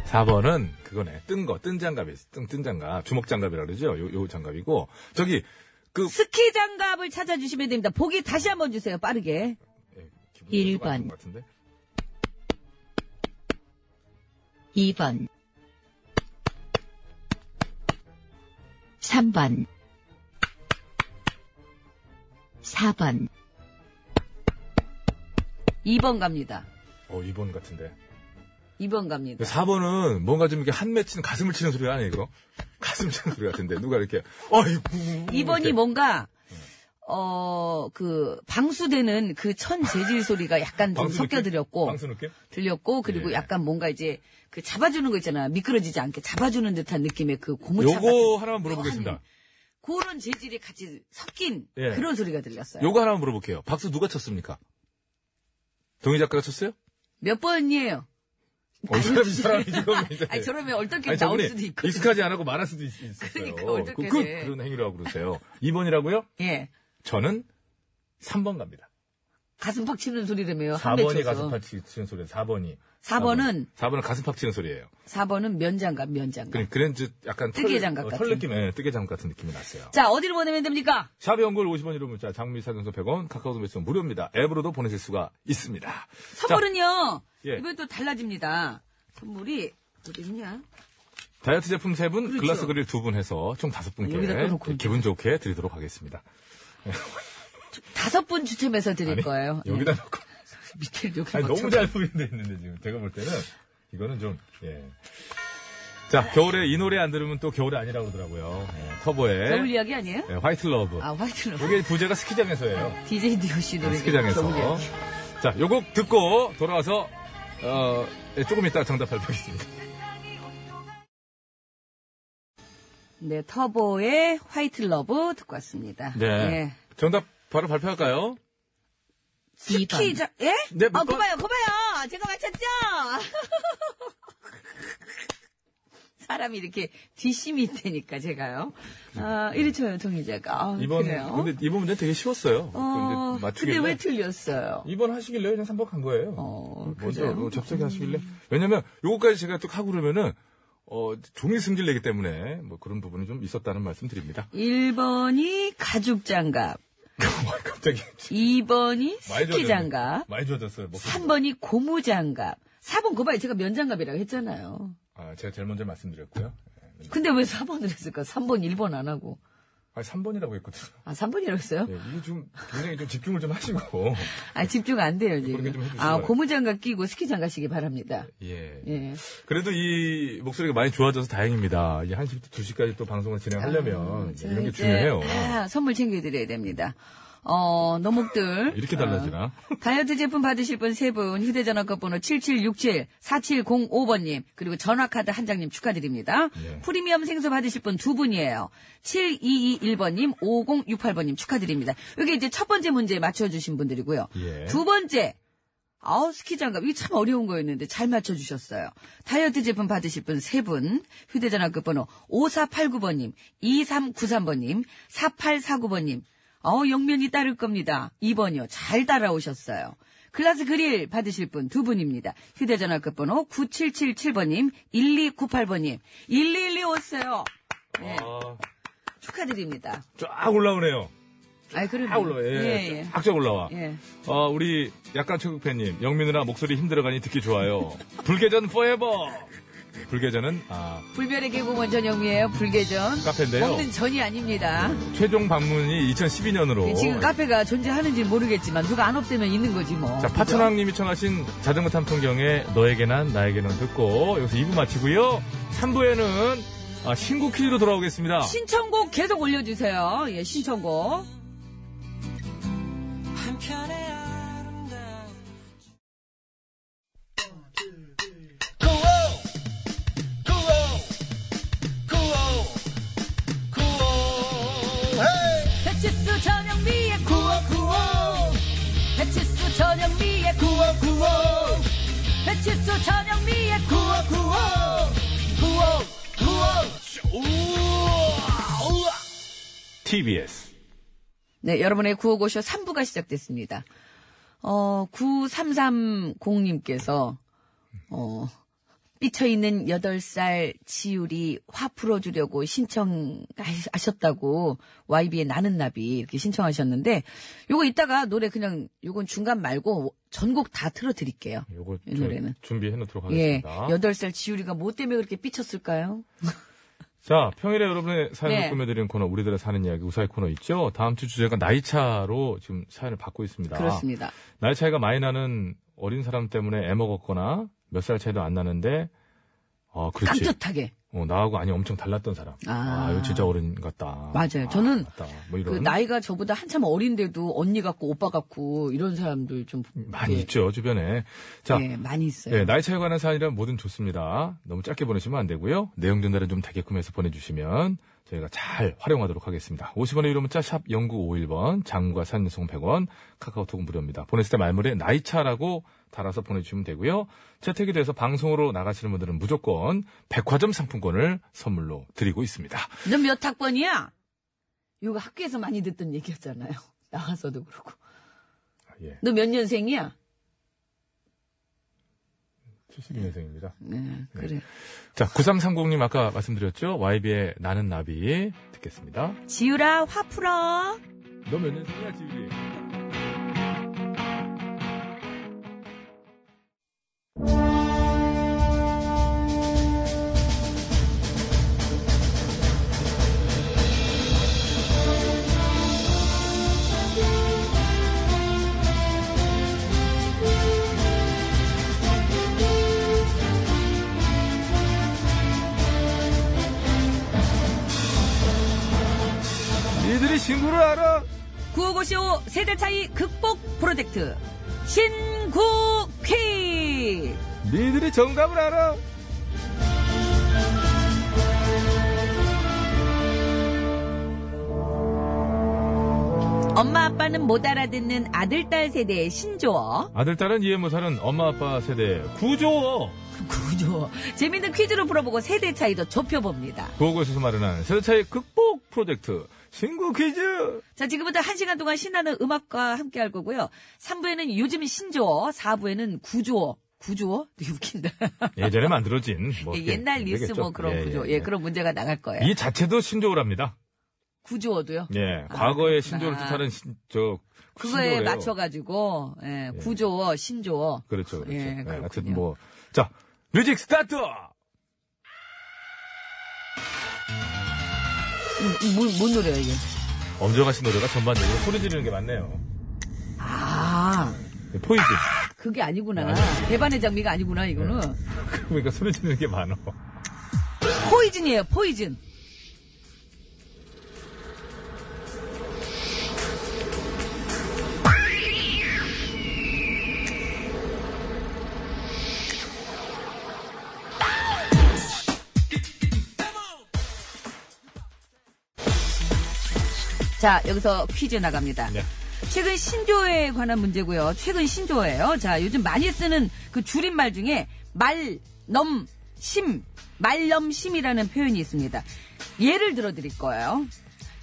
A: 4번은 그거네. 뜬 거, 뜬 장갑이 있어. 뜬, 뜬 장갑. 주먹 장갑이라 그러죠? 요, 요 장갑이고. 저기, 그,
B: 스키 장갑을 찾아주시면 됩니다. 보기 다시 한번 주세요. 빠르게.
A: 예, 기분이
E: 일
A: 좋아하는
E: 번.
A: 것 같은데?
E: 2번, 3번, 4번,
B: 2번 갑니다.
A: 어, 2번 같은데.
B: 2번 갑니다.
A: 4번은 뭔가 좀 이렇게 한매 치는 가슴을 치는 소리가 아니에요, 이거? 가슴 치는 소리 같은데. 누가 이렇게, 어이구.
B: 2번이
A: 이렇게. 예.
B: 뭔가 어, 그, 방수되는 그 천 재질 소리가 약간 좀
A: 방수 느낌?
B: 섞여들었고,
A: 방수 느낌?
B: 들렸고, 그리고
A: 예.
B: 약간 뭔가 이제, 그 잡아주는 거 있잖아. 미끄러지지 않게 잡아주는 듯한 느낌의 그 고무차.
A: 요거
B: 같은
A: 하나만 물어보겠습니다.
B: 묘한 그런 재질이 같이 섞인
A: 예.
B: 그런 소리가 들렸어요.
A: 요거 하나만 물어볼게요. 박수 누가 쳤습니까? 동희 작가가 쳤어요?
B: 몇 번이에요?
A: 어, 이 사람이, 이 사람이 지금. 이제-
B: 아니, 저러면 얼떨결에
A: 아니,
B: 나올
A: 저분이
B: 수도 있거든.
A: 익숙하지 않고 말할 수도 있, 있어요.
B: 그러니까 어떻게
A: 그,
B: 돼.
A: 런 행위를 하고 그러세요. 2번이라고요?
B: 예.
A: 저는 3번 갑니다.
B: 가슴 팍 치는 소리라며요. 한
A: 4번이
B: 배 쳐서.
A: 가슴팍 치- 치는 소리예요. 4번이.
B: 4번은?
A: 4번은 가슴팍 치는 소리예요.
B: 4번은 면장갑, 면장갑.
A: 네, 그래, 그래, 이제 약간 털-
B: 뜨개 장갑
A: 어,
B: 같은.
A: 털 느낌, 예, 뜨개 장갑 같은 느낌이 났어요.
B: 자, 어디로 보내면 됩니까?
A: 샵의 연골 50원 이름 문자, 장미 사경서 100원, 카카오톡 메시지 무료입니다. 앱으로도 보내실 수가 있습니다. 자,
B: 선물은요,
A: 예.
B: 이번에 또 달라집니다. 선물이, 어디 있냐?
A: 다이어트 제품 세분
B: 그렇죠.
A: 글라스 그릴 두 분 해서 총 다섯 분께
B: 여기다 껴놓고.
A: 기분 좋게 드리도록 하겠습니다.
B: 다섯 분 추첨해서 드릴
A: 아니,
B: 거예요. 네.
A: 여기다 놓고.
B: 밑에 이렇게
A: 아니, 너무
B: 맞춰-
A: 잘 보이는데 있는데, 지금. 제가 볼 때는, 이거는 좀, 예. 자, 겨울에 이 노래 안 들으면 또 겨울이 아니라고 그러더라고요. 예, 터보의
B: 겨울 이야기 아니에요?
A: 예, 화이트 러브.
B: 아, 화이트 러브.
A: 이게 부제가 스키장에서예요.
B: DJ 디오씨 노래.
A: 스키장에서.
B: 겨울 이야기.
A: 자, 요 곡 듣고 돌아와서, 어, 예, 조금 이따 정답 발표하겠습니다.
B: 네, 터보의 화이트 러브 듣고 왔습니다.
A: 네.
B: 예.
A: 정답 바로 발표할까요?
B: 스키
E: 2번,
B: 장 예?
A: 네,
B: 아,
A: 몇 번?
B: 그봐요, 그봐요! 제가 맞췄죠? 사람이 이렇게 뒷심이 있다니까, 제가요. 아, 이리 쳐요, 동의자가. 아,
A: 네. 이번
B: 그래요?
A: 근데 이번 문제 되게 쉬웠어요.
B: 어,
A: 근데
B: 근데
A: 맞추길래
B: 왜 틀렸어요?
A: 이번 하시길래 그냥 3번 간 거예요.
B: 어,
A: 먼저
B: 그래요?
A: 뭐 접속이 하시길래 왜냐면 요거까지 제가 또 하고 그러면은 어, 종이 승질내기 때문에 뭐 그런 부분이 좀 있었다는 말씀드립니다.
B: 1번이 가죽장갑,
A: 갑자기
B: 2번이
A: 많이 좋아졌네.
B: 스키장갑,
A: 많이 좋아졌어요. 뭐 그- 목소리.
B: 3번이 고무장갑, 4번 그봐요. 제가 면장갑이라고 했잖아요.
A: 아, 제가 제일 먼저 말씀드렸고요.
B: 근데 왜 4번을 했을까? 3번, 1번 안 하고.
A: 아, 3번이라고 했거든요.
B: 아, 3번이라고 했어요?
A: 예, 이게 좀 굉장히 좀 집중을 좀 하시고
B: 아, 집중 안 돼요,
A: 그렇게
B: 지금.
A: 좀 해주시기
B: 아,
A: 바랍니다.
B: 고무장갑 끼고 스키장갑 시기 바랍니다.
A: 예.
B: 예.
A: 그래도 이 목소리가 많이 좋아져서 다행입니다. 이제 1시부터 2시까지 또 방송을 진행하려면 예,
B: 자,
A: 이런 게
B: 아, 이제,
A: 중요해요.
B: 아, 선물 챙겨드려야 됩니다. 어, 너목들.
A: 이렇게 달라지나?
B: 어, 다이어트 제품 받으실 분 세 분, 휴대전화 끝번호 7767-4705번님, 그리고 전화카드 한 장님 축하드립니다.
A: 네.
B: 프리미엄 생수 받으실 분 두 분이에요. 7221번님, 5068번님 축하드립니다. 이게 이제 첫 번째 문제에 맞춰주신 분들이고요.
A: 예.
B: 두 번째, 아우 스키장갑 이게 참 어려운 거였는데 잘 맞춰주셨어요. 다이어트 제품 받으실 분 세분 휴대전화 끝번호 5489번님, 2393번님, 4849번님 어 영면이 따를 겁니다. 2번이요. 잘 따라오셨어요. 글라스 그릴 받으실 분 두 분입니다. 휴대전화 끝번호 9777번님, 1298번님, 1112 오세요. 네,
A: 아,
B: 축하드립니다.
A: 쫙 올라오네요.
B: 아, 그러면.
A: 쫙 올라와.
B: 예,
A: 예.
B: 예.
A: 쫙쫙 올라와.
B: 예.
A: 어, 우리 약간 최국팬님, 영민우라 목소리 힘들어가니 듣기 좋아요. 불계전 포에버! 불계전은, 아,
B: 불변의 개구먼 전영미예요. 불개전.
A: 카페인데요.
B: 먹는 전이 아닙니다.
A: 최종 방문이 2012년으로.
B: 지금 카페가 존재하는지 모르겠지만 누가 안 없애면 있는 거지 뭐.
A: 자, 파천왕님이 청하신 자전거 탐통경의 너에게 난 나에게 는 듣고 여기서 2부 마치고요. 3부에는 아, 신곡 퀴즈로 돌아오겠습니다.
B: 신청곡 계속 올려주세요. 예, 신청곡.
D: 한편의 아름다운
B: 배치수 전영미의 구호 구호. 배치수 전영미의 구호 구호. 배치수 전영미의 구호 구호.
A: TBS.
B: 네, 여러분의 구호고쇼 3부가 시작됐습니다. 어, 9330님께서, 어, 삐쳐있는 8살 지율이 화 풀어주려고 신청하셨다고 YB의 나는 나비 이렇게 신청하셨는데, 요거 이따가 노래 그냥, 요건 중간 말고 전곡 다 틀어드릴게요.
A: 요거
B: 이 노래는.
A: 준비해 놓도록
B: 예.
A: 하겠습니다.
B: 8살 지율이가 뭐 때문에 그렇게 삐쳤을까요?
A: 자, 평일에 여러분의 사연을
B: 네.
A: 꾸며드리는 코너, 우리들의 사는 이야기 우사의 코너 있죠? 다음 주 주제가 나이차로 지금 사연을 받고 있습니다.
B: 그렇습니다.
A: 나이 차이가 많이 나는 어린 사람 때문에 애먹었거나 몇 살 차이도 안 나는데, 어, 그렇지.
B: 깍듯하게.
A: 어, 나하고 아니 엄청 달랐던 사람.
B: 아.
A: 아, 이거 진짜 어른 같다.
B: 맞아요.
A: 아,
B: 저는
A: 같다. 뭐
B: 그
A: 이런.
B: 나이가 저보다 한참 어린데도 언니 같고 오빠 같고 이런 사람들 좀
A: 많이
B: 예,
A: 있죠, 주변에. 자,
B: 예, 많이 있어요.
A: 예, 나이 차에 관한 사연이라면 뭐든 좋습니다. 너무 짧게 보내시면 안 되고요. 내용 전달은 좀 되게끔 해서 보내주시면 저희가 잘 활용하도록 하겠습니다. 50원의 유료 문자 샵 0951번, 장과 산송 100원, 카카오톡은 무료입니다. 보냈을 때 말물에 나이 차라고 달아서 보내주시면 되고요. 채택이 돼서 방송으로 나가시는 분들은 무조건 백화점 상품권을 선물로 드리고 있습니다.
B: 넌 몇 학번이야? 이거 학교에서 많이 듣던 얘기였잖아요. 나와서도 그렇고.
A: 예,
B: 너 몇 년생이야?
A: 72년생입니다.
B: 네, 그래.
A: 자, 9330님 아까 말씀드렸죠? YB의 나는 나비 듣겠습니다.
B: 지유라 화 풀어.
A: 너 몇 년생이야, 지우리? 니들이 친구를 알아?
B: 구호고쇼 세대 차이 극복 프로젝트 신구 퀴.
A: 니들이 정답을 알아?
B: 엄마 아빠는 못 알아듣는 아들 딸 세대의 신조어.
A: 아들, 딸은 이해 못하는 엄마, 아빠 세대 구조어.
B: 구조. 재밌는 퀴즈로 풀어보고 세대 차이도 좁혀봅니다.
A: 구호고에서 마련한 세대 차이 극복 프로젝트 신구 퀴즈.
B: 자, 지금부터 한시간 동안 신나는 음악과 함께 할 거고요. 3부에는 요즘 신조어, 4부에는 구조어. 구조어? 되게 웃긴다.
A: 예전에 만들어진 뭐
B: 예, 옛날
A: 이렇게
B: 뉴스 뭐
A: 되겠죠.
B: 그런
A: 예,
B: 구조.
A: 예,
B: 예,
A: 예.
B: 그런 문제가 나갈 거예요.
A: 이 자체도 신조어랍니다.
B: 구조어도요?
A: 예,
B: 아, 그렇구나.
A: 과거의 신조어를 뜻하는 신, 저
B: 그거에
A: 신조어예요.
B: 맞춰가지고, 예, 구조어, 신조어.
A: 그렇죠, 그렇죠.
B: 예,
A: 예,
B: 그렇군요.
A: 하여튼 뭐, 자, 뮤직 스타트.
B: 음, 뭐, 뭔 노래야, 이게?
A: 엄정하 씨 노래가 전반적으로 소리 지르는 게 맞네요.
B: 아,
A: 포인트.
B: 그게 아니구나.
A: 네.
B: 대반의 장미가 아니구나, 이거는.
A: 그러니까 소리 지르는 게 많어.
B: 포이즌이에요, 포이즌. 자, 여기서 퀴즈 나갑니다.
A: 네.
B: 최근 신조어에 관한 문제고요. 최근 신조어예요. 자, 요즘 많이 쓰는 그 줄임말 중에 말, 넘, 심, 말넘심이라는 표현이 있습니다. 예를 들어 드릴 거예요.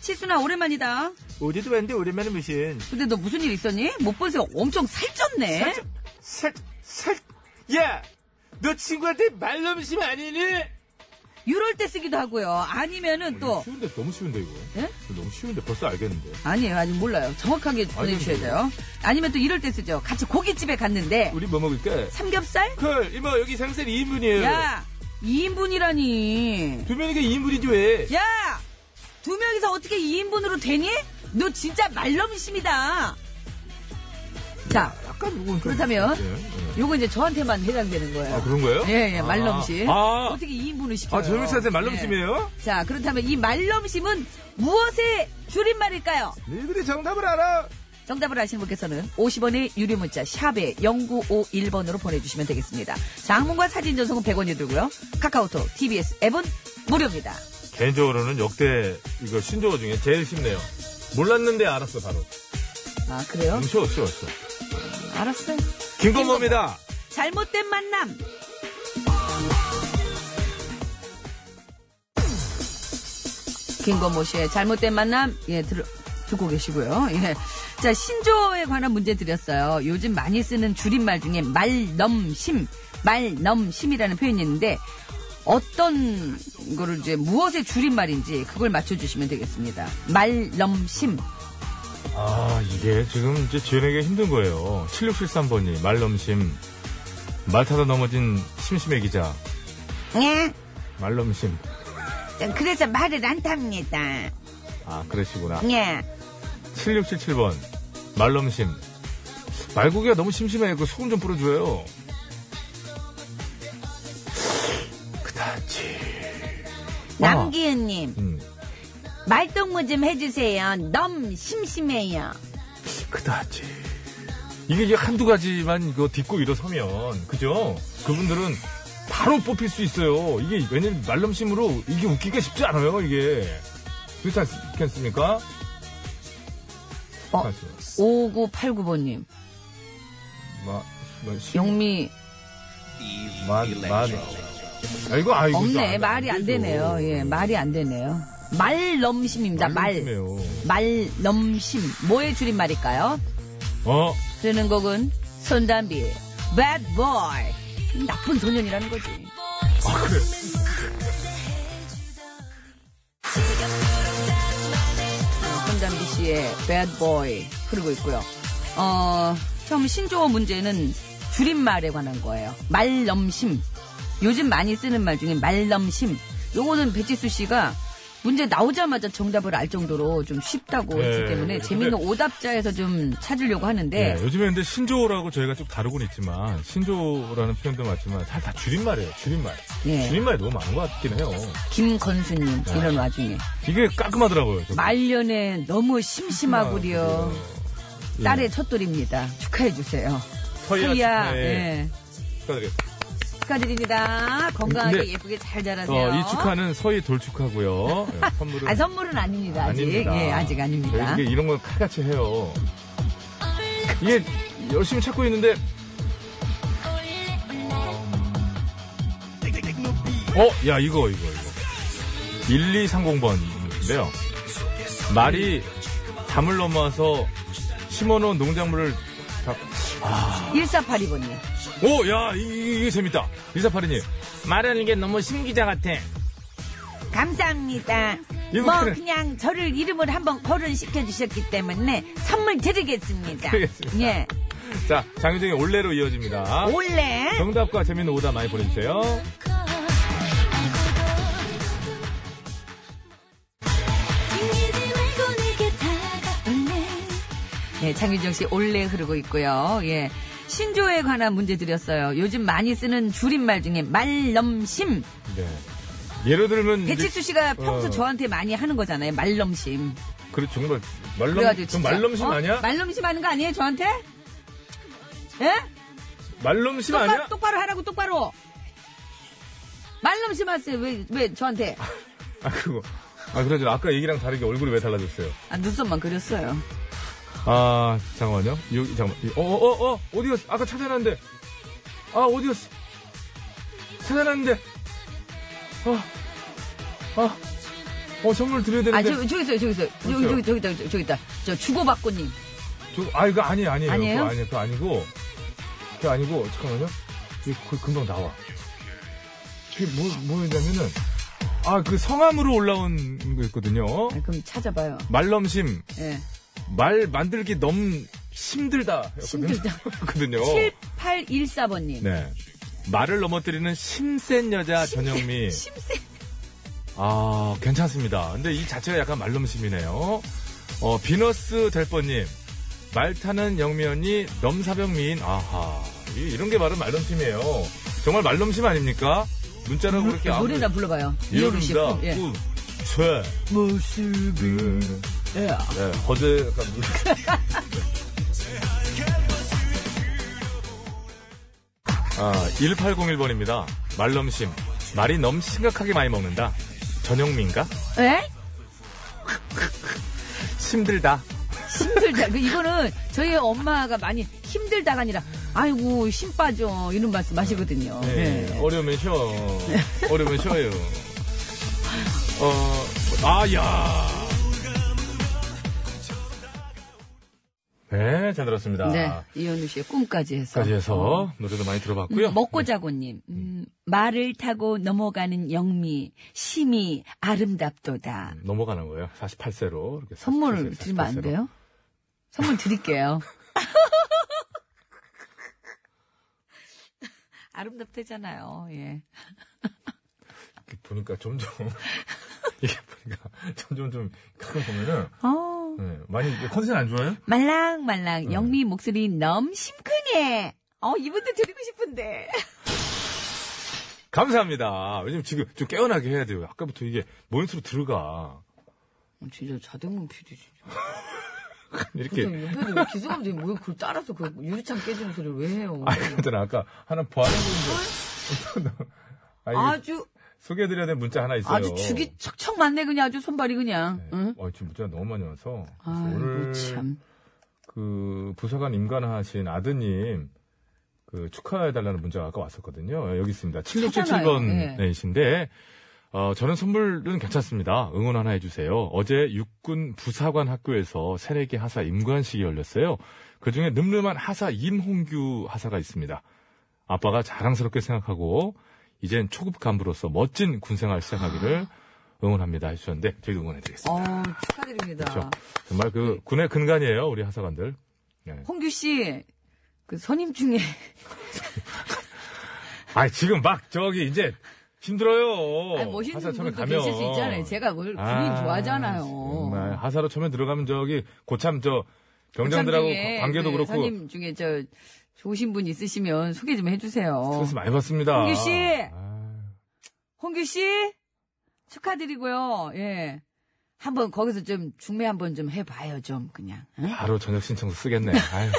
B: 치수나 오랜만이다.
F: 어제도 왔는데 오랜만에 무슨
B: 근데 너 무슨 일 있었니? 못 본 새가 엄청 살쪘네.
F: 살, 살, 야! 너 친구한테 말넘심 아니니?
B: 이럴 때 쓰기도 하고요. 아니면은 또
A: 쉬운데 너무 쉬운데 이거.
B: 예?
A: 너무 쉬운데 벌써 알겠는데.
B: 아니에요, 아직 몰라요. 정확하게 보내주셔야 돼요. 아니면 또 이럴 때 쓰죠. 같이 고깃집에 갔는데
A: 우리 뭐 먹을게?
B: 삼겹살?
A: 헐 이모 뭐, 여기 생선 2인분이에요.
B: 야, 2인분이라니.
A: 두 명이니까 2인분이지 왜?
B: 야, 두 명이서 어떻게 2인분으로 되니? 너 진짜 말넘심이다. 자,
A: 약간 이건 좀-
B: 그렇다면
A: 예, 예.
B: 요거 이제 저한테만 해당되는 거예요.
A: 아 그런 거예요?
B: 예, 예, 말넘심.
A: 아.
B: 어떻게 2인분을 시켜요?
A: 아 젊은 사람한테 말넘심이에요?
B: 예. 자, 그렇다면 이 말넘심은 무엇의 줄임말일까요?
A: 너희들이 정답을 알아.
B: 정답을 아시는 분께서는 50원의 유료 문자 샵에 0951번으로 보내주시면 되겠습니다. 장문과 사진 전송은 100원이 들고요. 카카오톡, TBS 앱은 무료입니다.
A: 개인적으로는 역대 이거 신조어 중에 제일 쉽네요. 몰랐는데 알았어 바로.
B: 아 그래요?
A: 음, 쉬워 쉬워 쉬워.
B: 알았어요.
A: 김건모입니다.
B: 잘못된 만남. 김건모 씨의 잘못된 만남, 예, 들, 듣고 계시고요. 예. 자, 신조어에 관한 문제 드렸어요. 요즘 많이 쓰는 줄임말 중에 말넘심, 말넘심이라는 표현이 있는데, 어떤 거를 이제 무엇의 줄임말인지 그걸 맞춰주시면 되겠습니다. 말넘심.
A: 아, 이게 지금 이제 지연에게 힘든 거예요. 7673번이 말넘심. 말 타다 넘어진 심심해 기자.
B: 예,
A: 말넘심.
B: 그래서 말을 안 탑니다.
A: 아, 그러시구나.
B: 예.
A: 7677번. 말넘심. 말고기가 너무 심심해. 그 소금 좀 뿌려줘요. 그다지.
B: 남기은님,
A: 음,
B: 말동무 좀 해주세요. 넘 심심해요.
A: 그다지. 이게 이제 한두 가지만 이거 딛고 일어서면, 그죠? 그분들은 바로 뽑힐 수 있어요. 이게, 왜냐면 말넘심으로 이게 웃기가 쉽지 않아요, 이게. 그렇지 않- 않습니까?
B: 어, 5989번님,
A: 마, 마, 시,
B: 용미
A: 마, 마, 아, 이거, 아, 이거.
B: 없네. 말이 안 되네요. 예, 말이 안 되네요. 말넘심입니다. 말.
A: 요
B: 말넘심. 뭐의 줄임말일까요?
A: 어,
B: 드는 곡은 손담비, bad boy. 나쁜 소년이라는 거지.
A: 아, 그래.
B: 손담비 씨의 bad boy. 흐르고 있고요. 어, 처음 신조어 문제는 줄임말에 관한 거예요. 말넘심. 요즘 많이 쓰는 말 중에 말넘심. 요거는 배치수 씨가 문제 나오자마자 정답을 알 정도로 좀 쉽다고
A: 예,
B: 했기 때문에
A: 근데-
B: 재밌는 오답자에서 좀 찾으려고 하는데
A: 예, 요즘에 근데 신조어라고 저희가 쭉 다루곤 있지만, 신조어라는 표현도 맞지만, 다, 다 줄임말이에요, 줄임말.
B: 예.
A: 줄임말이 너무 많은 것 같긴 해요.
B: 김건수님
A: 아.
B: 이런 와중에
A: 이게 깔끔하더라고요. 저거.
B: 말년에 너무 심심하구려
A: 예.
B: 딸의 첫돌입니다 축하해 주세요
A: 서희야 축하해.
B: 예.
A: 축하드리겠습니다.
B: 축하드립니다 건강하게
A: 근데,
B: 예쁘게 잘 자라세요
A: 네. 어, 이 축하는 서희 돌축하고요. 예, 선물은.
B: 아, 선물은 아닙니다 아직
A: 아닙니다. 네,
B: 예 아직 아닙니다
A: 저희 이게 이런 건 칼같이 해요. 이게 열심히 찾고 있는데. 어, 야, 이거, 이거, 이거. 1230번인데요. 말이 담을 넘어서 심어놓은 농작물을 다,
B: 1482번님
A: 오, 야, 이, 이- 이게 재밌다. 리사파리님. 말하는 게 너무 심기자 같아.
B: 감사합니다
A: 이거
B: 뭐
A: 그래.
B: 그냥 저를 이름을 한번 거론시켜 주셨기 때문에 선물 드리겠습니다
A: 드리겠습니다.
B: 예
A: 자, 장윤정의 올레로 이어집니다.
B: 올레
A: 정답과 재밌는 오답 많이 보내주세요.
B: 예, 장윤정 씨 올레 흐르고 있고요. 예. 신조에 관한 문제 드렸어요. 요즘 많이 쓰는 줄임말 중에 말넘심.
A: 네. 예를 들면 이제
B: 배치수 씨가 평소
A: 어.
B: 저한테 많이 하는 거잖아요. 말넘심.
A: 그래 정말 말넘
B: 그래가지고
A: 좀
B: 진짜.
A: 말넘심
B: 어?
A: 아니야?
B: 말넘심 하는 거 아니에요, 저한테? 예?
A: 말넘심
B: 똑바로,
A: 아니야?
B: 똑바로 하라고, 똑바로. 말넘심 하세요. 왜, 왜 저한테?
A: 아 그거 아 그러죠 아까 얘기랑 다르게 얼굴이 왜 달라졌어요?
B: 아, 눈썹만 그렸어요.
A: 아 잠깐만요 여기 잠깐 어어어 어, 어, 디였어 아까 찾아놨는데 아 어디였어 찾아놨는데 아, 아아어 선물 드려야 되는데 그렇죠.
B: 아, 저, 저기 있어요, 저기 있어요. 저기, 저기, 저기, 저기, 저기 있다. 저 주고받고님.
A: 저, 아, 이거 아니, 아니에요.
B: 아니에요?
A: 그거 아니에요. 그거 아니고. 그거 그 아니고, 잠깐만요. 이거 거의 금방 나와. 그게 뭐, 뭐였냐면은, 아, 그 성함으로 올라온 거였거든요.
B: 아, 그럼 찾아봐요.
A: 말넘심,
B: 예.
A: 말 만들기 너무 힘들다.
B: 힘들다.
A: 거든요
B: 7814번님.
A: 네. 말을 넘어뜨리는 심센 여자 전영미.
B: 심세.
A: 아, 괜찮습니다. 근데 이 자체가 약간 말넘심이네요. 어, 비너스 될뻔님. 말 타는 영미 언니, 넘사벽 미인. 아하. 이- 이런 게 바로 말넘심이에요. 정말 말넘심 아닙니까? 문자로 그렇게 아무-
B: 음, 노래나 불러봐요. 이효리 씨.
A: 이어릅니다.
B: 예.
A: 우, 최. 모습이.
B: 예.
A: 네, 거제 약간 물. 아, 1801번입니다. 말넘심. 말이 너무 심각하게 많이 먹는다. 전영민가?
B: 예?
A: 힘들다.
B: 힘들다. 그 이거는 저희 엄마가 많이 힘들다가 아니라 아이고 힘 빠져 이런 말씀 하시거든요.
A: 네,
B: 예.
A: 어려우면 쉬어. 어려우면 쉬어요. 어, 아, 야. 네, 잘 들었습니다.
B: 네. 이현우 씨의 꿈까지 해서.
A: 까지 해서 노래도 많이
B: 음,
A: 들어봤고요.
B: 먹고 자고님, 음, 말을 타고 넘어가는 영미, 심이
A: 음.
B: 아름답도다.
A: 넘어가는 거예요. 48세로. 이렇게
B: 선물을
A: 48세,
B: 드리면 안
A: 48세로.
B: 돼요?
A: 음.
B: 선물 드릴게요. 아름답대잖아요, 예.
A: 이렇게 보니까 점점, 이게 보니까 점점 좀 가끔 보면은,
B: 어,
A: 네, 많이 이게 컨셉 안 좋아요? 네.
B: 말랑말랑, 영미 목소리 넘 심쿵해. 어, 이분도 드리고 싶은데.
A: 감사합니다. 왜냐면 지금 좀 깨어나게 해야 돼요. 아까부터 이게 모니터로 들어가.
B: 진짜 자댕문 PD 진짜.
A: 이렇게.
B: 옆에서 기수감들이 뭐 그걸 따라서 그 유리창 깨지는 소리를 왜 해요?
A: 아, 근데 아까 하나 보아는 분들. 아, 이게
B: 아주
A: 소개해드려야 될 문자 하나 있어요.
B: 아주 죽이 척척 맞네 그냥 아주 손발이 그냥.
A: 네.
B: 응?
A: 어, 지금 문자가 너무 많이 와서. 그래서
B: 아이고 참.
A: 그 부사관 임관하신 아드님 그 축하해달라는 문자가 아까 왔었거든요. 예, 여기 있습니다.
B: 찾아놔요. 예.
A: 7677번이신데 네. 어, 저는 선물은 괜찮습니다. 응원 하나 해주세요. 어제 육군 부사관 학교에서 새내기 하사 임관식이 열렸어요. 그중에 늠름한 하사 임홍규 하사가 있습니다. 아빠가 자랑스럽게 생각하고 이젠 초급 간부로서 멋진 군생활
B: 아.
A: 시작하기를 응원합니다 해주셨는데 저희도 응원해드리겠습니다.
B: 어 축하드립니다.
A: 그렇죠. 정말 그 군의 근간이에요 우리 하사관들. 네.
B: 홍규 씨. 그 선임 중에
A: 아 지금 막 저기 이제 힘들어요.
B: 아니, 멋있는
A: 하사 처음에
B: 분도 계실 수 있잖아요. 제가 오늘 군인 좋아하잖아요.
A: 정말 하사로 처음에 들어가면 저기 고참 저 병장들하고
B: 그 중에
A: 관- 관계도
B: 그
A: 그렇고
B: 선임 중에 저 좋으신 분 있으시면 소개 좀 해주세요.
A: 스트레스 많이 받습니다.
B: 홍규 씨!
A: 아,
B: 홍규 씨 축하드리고요. 예. 한번 거기서 좀 중매 한번 좀 해봐요 좀 그냥. 응?
A: 바로 저녁 신청서 쓰겠네. 아유.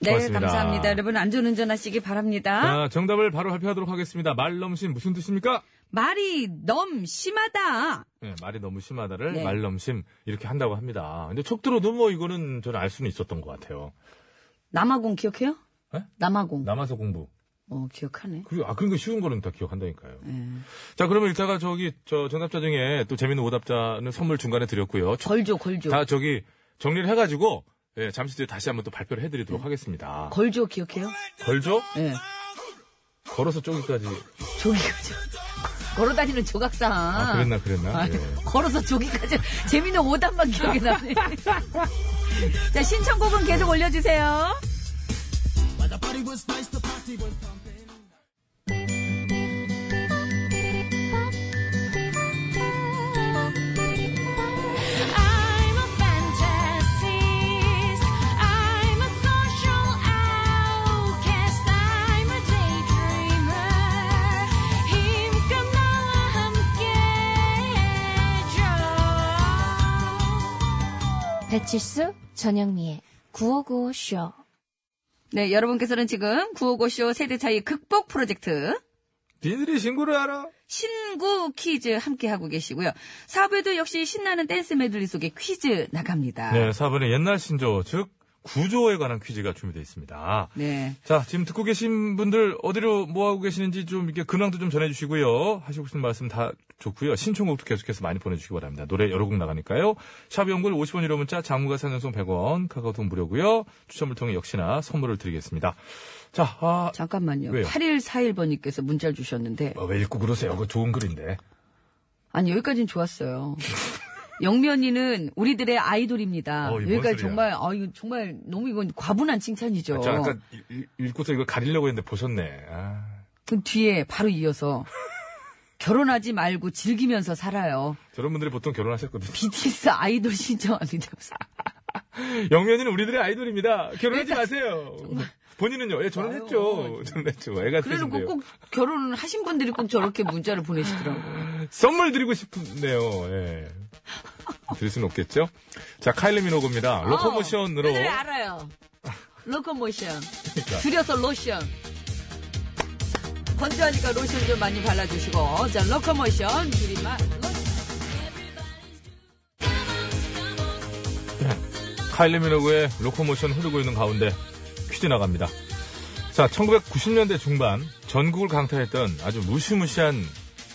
B: 네
A: 고맙습니다. 네.
B: 감사합니다. 여러분 안전운전 하시기 바랍니다.
A: 자, 정답을 바로 발표하도록 하겠습니다. 말 넘심 무슨 뜻입니까?
B: 말이 너무 심하다.
A: 네, 말이 너무 심하다를
B: 네.
A: 말 넘심 이렇게 한다고 합니다. 근데 촉 들어도 뭐 이거는 저는 알 수는 있었던 것 같아요.
B: 남아공 기억해요?
A: 에?
B: 남아공.
A: 남아서 공부.
B: 어 기억하네.
A: 그리고 아 그런 거 쉬운 거는 다 기억한다니까요.
B: 네.
A: 자 그러면 일단가 저기 저 정답자 중에 또 재밌는 오답자는 선물 중간에 드렸고요. 초-
B: 걸조 걸조.
A: 다 저기 정리를 해가지고 예, 잠시 뒤에 다시 한번 또 발표를 해드리도록 하겠습니다.
B: 네. 걸조 기억해요?
A: 걸죠?
B: 예.
A: 걸어서 저기까지.
B: 조기까지. 걸어다니는 조각상.
A: 아, 그랬나 그랬나?
B: 아니,
A: 예.
B: 걸어서 조기까지. 재밌는 오답만 기억이 나네. 자, 신청곡은 계속 올려주세요.
G: I'm a fantasist. I'm a social outcast. I'm a daydreamer. 힘껏 나와 함께해줘. 배칠수 전영미의 9595쇼.
B: 네, 여러분께서는 지금 955쇼 세대 차이 극복 프로젝트.
A: 니들이 신고를 알아?
B: 신구 퀴즈 함께하고 계시고요. 사부에도 역시 신나는 댄스 메들리 속에 퀴즈 나갑니다.
A: 네, 4번의 옛날 신조 즉 구조에 관한 퀴즈가 준비되어 있습니다.
B: 네.
A: 자, 지금 듣고 계신 분들 어디로 뭐 하고 계시는지 좀 이렇게 근황도 좀 전해주시고요. 하시고 싶은 말씀 다 좋고요. 신청곡도 계속해서 많이 보내주시기 바랍니다. 노래 여러 곡 나가니까요. 샵 연글 50원 유료 문자, 장무가 사연송 100원, 카카오톡 무료고요. 추첨을 통해 역시나 선물을 드리겠습니다. 자, 아,
B: 잠깐만요.
A: 왜요?
B: 8141번님께서 문자를 주셨는데,
A: 아, 왜 읽고 그러세요? 그거 좋은 글인데.
B: 아니, 여기까지는 좋았어요. 영미 언니는 우리들의 아이돌입니다.
A: 어, 이게 뭔 소리야.
B: 여기까지 정말, 아, 이거 정말 너무 이건 과분한 칭찬이죠.
A: 저 아까 이- 이- 읽고서 이걸 가리려고 했는데 보셨네. 아,
B: 그 뒤에 바로 이어서 결혼하지 말고 즐기면서 살아요.
A: 저런 분들이 보통 결혼하셨거든요.
B: BTS 아이돌 신청합니다.
A: 영면이는 우리들의 아이돌입니다. 결혼하지
B: 그러니까
A: 마세요. 본인은요? 예, 저는
B: 아유.
A: 했죠. 저는 했죠. 애가
B: 그래놓고
A: 셋인데요.
B: 꼭 결혼을 하신 분들이 꼭 저렇게 문자를 보내시더라고요.
A: 선물 드리고 싶네요. 예. 드릴 수는 없겠죠? 자, 카일리 미노그입니다. 로코모션으로.
B: 어, 그 노래 알아요. 로코모션.
A: 그러니까.
B: 줄여서 로션. 건조하니까 로션 좀 많이 발라주시고. 자, 로코모션. 줄임말. 로션.
A: 카일리 미노그의 로코모션 흐르고 있는 가운데 퀴즈 나갑니다. 자, 1990년대 중반 전국을 강타했던 아주 무시무시한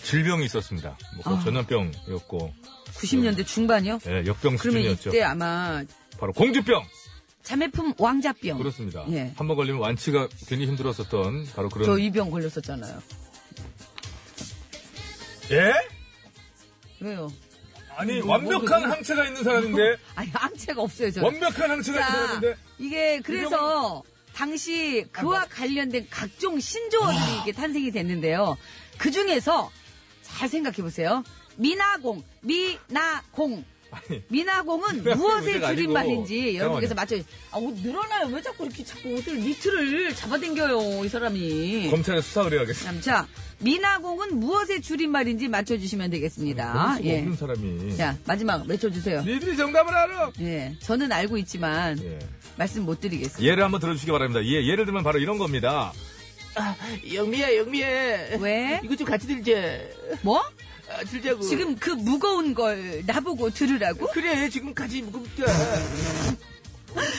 A: 질병이 있었습니다. 뭐 그건
B: 아.
A: 전염병이었고
B: 90년대 중반이요?
A: 예, 역병
B: 그러면
A: 수준이었죠.
B: 이때 아마
A: 바로 공주병.
B: 자매품 왕자병.
A: 그렇습니다.
B: 예.
A: 한 번 걸리면 완치가 괜히 힘들었었던 바로 그런
B: 저 이 병 걸렸었잖아요.
A: 예?
B: 왜요?
A: 아니
B: 뭐,
A: 완벽한
B: 뭐,
A: 항체가 있는 사람인데
B: 아니, 항체가 없어요, 저는.
A: 완벽한 항체가 있는
B: 자,
A: 사람인데 아,
B: 이게 그래서 당시
A: 뭐.
B: 그와 관련된 각종 신조어들이 이게 탄생이 됐는데요. 그 중에서 잘 생각해 보세요. 미나공, 미나공. 미나공은
A: 미나공이
B: 무엇의
A: 문제가
B: 줄임말인지
A: 아니고.
B: 여러분께서 맞춰. 아, 옷 늘어나요. 왜 자꾸 이렇게 자꾸 옷을 니트를 잡아당겨요, 이 사람이.
A: 검찰에 수사 의뢰하겠습니다.
B: 참, 자, 미나공은 무엇의 줄임말인지 맞춰주시면 되겠습니다.
A: 수가
B: 예.
A: 없는 사람이.
B: 자, 마지막 외쳐주세요.
A: 니들이 정답을 알아.
B: 예. 저는 알고 있지만,
A: 예.
B: 말씀 못 드리겠습니다.
A: 예를 한번 들어주시기 바랍니다. 예, 예를 들면 바로 이런 겁니다.
H: 영미야, 영미야.
B: 왜?
H: 이거 좀 같이 들자.
B: 뭐?
H: 아, 들자고.
B: 지금 그 무거운 걸 나보고 들으라고?
H: 그래, 지금 같이 묶어볼까.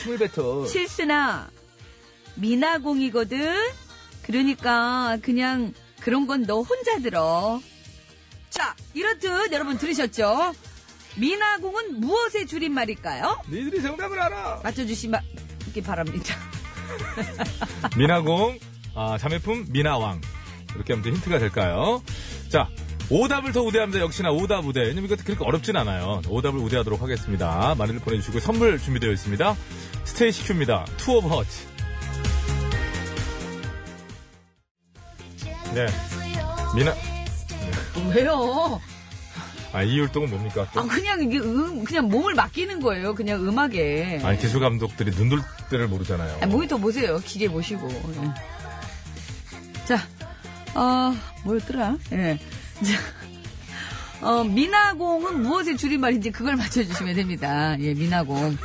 H: 힘을 뱉어.
B: 실수나 미나공이거든. 그러니까 그냥 그런 건 너 혼자 들어. 자, 이렇듯 여러분 들으셨죠? 미나공은 무엇의 줄임말일까요?
A: 니들이 정답을 알아.
B: 맞춰주시기 바랍니다.
A: 미나공, 아, 자매품 미나왕. 이렇게 하면 또 힌트가 될까요? 자, 오답을 더 우대합니다. 역시나 오답 우대. 왜냐면 이것도 그렇게 어렵진 않아요. 오답을 우대하도록 하겠습니다. 많이들 보내주시고 선물 준비되어 있습니다. 스테이시 큐입니다. 투 오브 허츠. 네. 미나,
B: 왜요?
A: 아, 이 율동은 뭡니까? 또?
B: 아, 그냥 이게 음, 그냥 몸을 맡기는 거예요. 그냥 음악에.
A: 아니, 기술 감독들이 눈돌 때를 모르잖아요.
B: 아, 모니터 보세요. 기계 보시고. 예. 자, 어, 뭐였더라? 예. 자, 어, 미나공은 무엇의 줄임말인지 그걸 맞춰주시면 됩니다. 예, 미나공.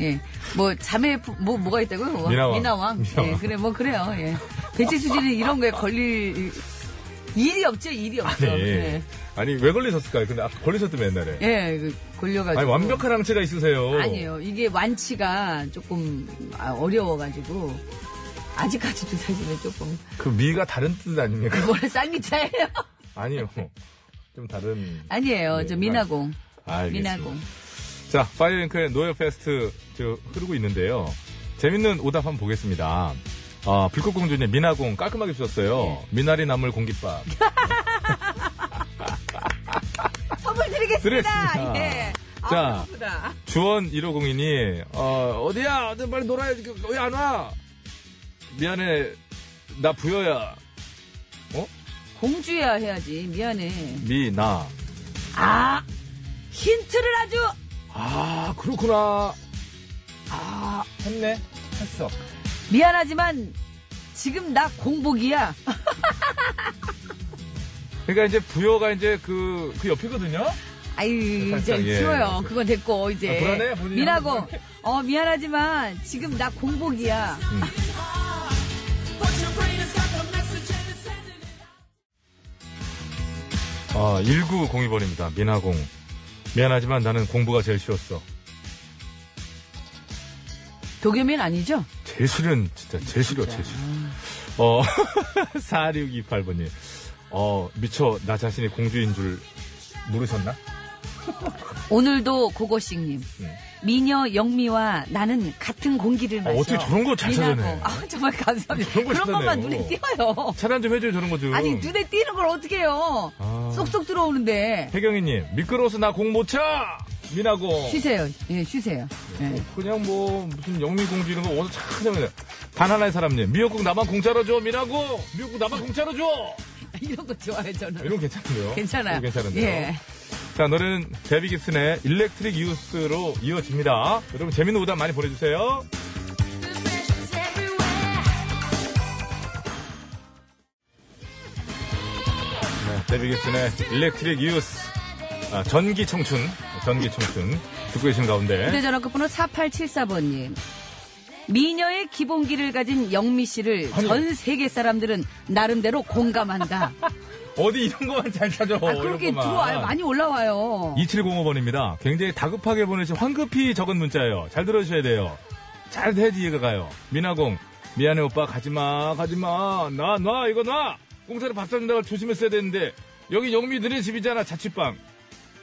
B: 예. 뭐, 자매, 부- 뭐, 뭐가 있다고요? 그거?
A: 미나왕.
B: 미나왕. 예,
A: 미나왕.
B: 그래, 뭐, 그래요. 예. 배치수진은 이런 거에 걸릴 일이 없죠? 일이 없죠.
A: 네.
B: 예.
A: 아니, 왜 걸리셨을까요? 근데 아까 걸리셨다면 옛날에.
B: 예, 그 걸려가지고.
A: 아니, 완벽한 항체가 있으세요.
B: 아니에요. 이게 완치가 조금 아, 어려워가지고 아직까지도 사실은 조금
A: 그 미가 다른 뜻 아닙니까?
B: 그거는 쌍미차예요.
A: 아니요. 좀 다른.
B: 아니에요.
A: 네,
B: 저 미나공.
A: 알겠습니다.
B: 아, 미나공.
A: 자, 파이어링크의 노예 페스트 저 흐르고 있는데요. 재밌는 오답 한번 보겠습니다. 아, 불꽃공주님 미나공 깔끔하게 주셨어요.
B: 네.
A: 미나리 나물 공깃밥.
B: 아, 선물 드리겠습니다.
A: 드리겠습니다.
B: 예.
A: 자.
B: 아, 배고프다.
A: 주원 1502이 어, 어디야? 어디 빨리 놀아야지. 왜 안 와? 미안해. 나 부여야.
B: 공주야 해야지. 미안해.
A: 미나.
B: 아 힌트를 아주
A: 아, 그렇구나. 아, 했네. 했어.
B: 미안하지만 지금 나 공복이야.
A: 그러니까 이제 부여가 이제 그, 그 옆이거든요?
B: 아유 이제
A: 살짝, 예.
B: 쉬워요. 그건 됐고 이제
A: 아, 불안해? 본인이
B: 미나공.
A: 하는
B: 어 미안하지만 지금 나 공복이야.
A: 아, 1902번입니다. 미나공. 미안하지만 나는 공부가 제일 쉬웠어.
B: 도겸이는 아니죠?
A: 제일 수련, 진짜, 제일 수려, 제일 수려. 어, 4628번님. 어, 미처 나 자신이 공주인 줄 모르셨나?
B: 오늘도 고고식님.
A: 네.
B: 미녀 영미와 나는 같은 공기를
A: 아,
B: 마셔.
A: 어떻게 저런 거잘
B: 미나고.
A: 찾아내.
B: 아, 정말 감사합니다.
A: 저런
B: 그런,
A: 걸
B: 것만
A: 찾아내요.
B: 눈에 띄어요.
A: 차단 좀 해줘요, 저런 거 좀.
B: 아니, 눈에 띄는 걸 어떻게 해요.
A: 아.
B: 쏙쏙 들어오는데.
A: 혜경이님, 미끄러워서 나 공 못 쳐! 미나고.
B: 쉬세요. 예, 쉬세요. 예.
A: 그냥 뭐, 무슨 영미공주 이런 거 어디서 찾아내. 단 하나의 사람님, 미역국 나만 공짜로 줘! 미라고! 미역국 나만 공짜로 줘!
B: 이런 거 좋아요, 저는.
A: 이건 괜찮은데요?
B: 괜찮아요.
A: 이건 괜찮은데요?
B: 예.
A: 자, 노래는 데비 깁슨의 일렉트릭 유스로 이어집니다. 여러분, 재밌는 오답 많이 보내주세요. 네, 데비 깁슨의 일렉트릭 유스. 아, 전기 청춘. 전기 청춘. 듣고 계신 가운데.
B: 휴대전화 그 끝번호 4874번님. 미녀의 기본기를 가진 영미 씨를
A: 아니.
B: 전 세계 사람들은 나름대로 공감한다.
A: 어디 이런 거만 잘 찾아.
B: 아, 그렇게 들어와요. 많이 올라와요.
A: 2705번입니다. 굉장히 다급하게 보내신 황급히 적은 문자예요. 잘 들어주셔야 돼요. 잘 해야지 이해가 가요. 미나공, 미안해 오빠 가지마 가지마 놔 놔 이거 놔 공사를 밥 사준다고 조심했어야 되는데 여기 영미들의 집이잖아 자취방.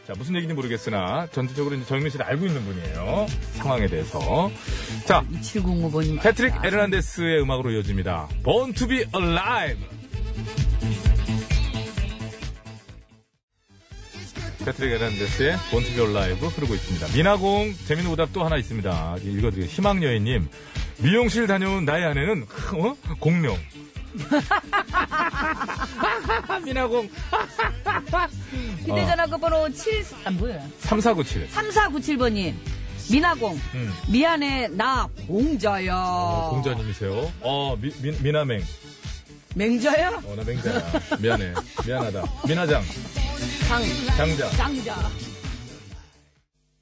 A: 자 무슨 얘기인지 모르겠으나 전체적으로 이제 정민 씨를 알고 있는 분이에요. 상황에 대해서. 자
B: 2705번님.
A: 패트릭 에르난데스의 음악으로 이어집니다. Born to be alive. 패트릭 에르난데스의 Born to be alive 흐르고 있습니다. 미나공 재밌는 오답 또 하나 있습니다. 읽어드릴게요. 희망여인님. 미용실 다녀온 나의 아내는 어? 공룡. 미나공
B: 휴대전화 끝번호 7, 아, 뭐야.
A: 3497.
B: 3497번님. 미나공.
A: 음. 어,
B: 미안해, 나 공자야.
A: 공자님이세요. 어, 미, 미, 미남행.
B: 맹자야?
A: 어, 나 맹자야. 미안해. 미안하다. 미나장.
B: 장,
A: 장자.
B: 장자.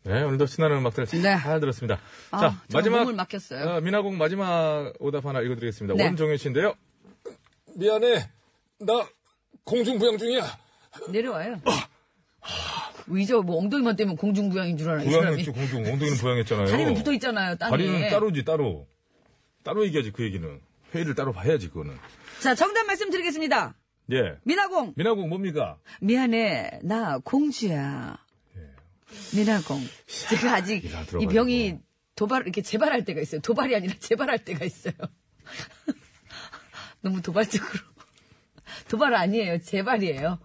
A: 네, 오늘도 신나는 음악들 잘,
B: 네.
A: 잘 들었습니다.
B: 아,
A: 자,
B: 정말
A: 마지막.
B: 몸을 맡겼어요.
A: 어, 미나공 마지막 오답 하나 읽어드리겠습니다.
B: 네.
A: 원종현 씨인데요. 미안해. 나 공중부양 중이야.
B: 내려와요.
A: 어.
B: 의자 뭐 엉덩이만 떼면 공중부양인 줄 알아, 이 사람이.
A: 부양했죠, 공중. 엉덩이는 부양했잖아요.
B: 다리는 붙어 있잖아요, 땀에.
A: 다리는 따로지, 따로. 따로 얘기하지, 그 얘기는. 회의를 따로 봐야지, 그거는.
B: 자, 정답 말씀드리겠습니다.
A: 예.
B: 미나공.
A: 미나공 뭡니까?
B: 미안해, 나 공주야. 미나공. 제가 아직
A: 이라
B: 이
A: 예. 들어가지고.
B: 병이 도발, 이렇게 재발할 때가 있어요. 도발이 아니라 재발할 때가 있어요. 너무 도발적으로. 도발 아니에요. 재발이에요.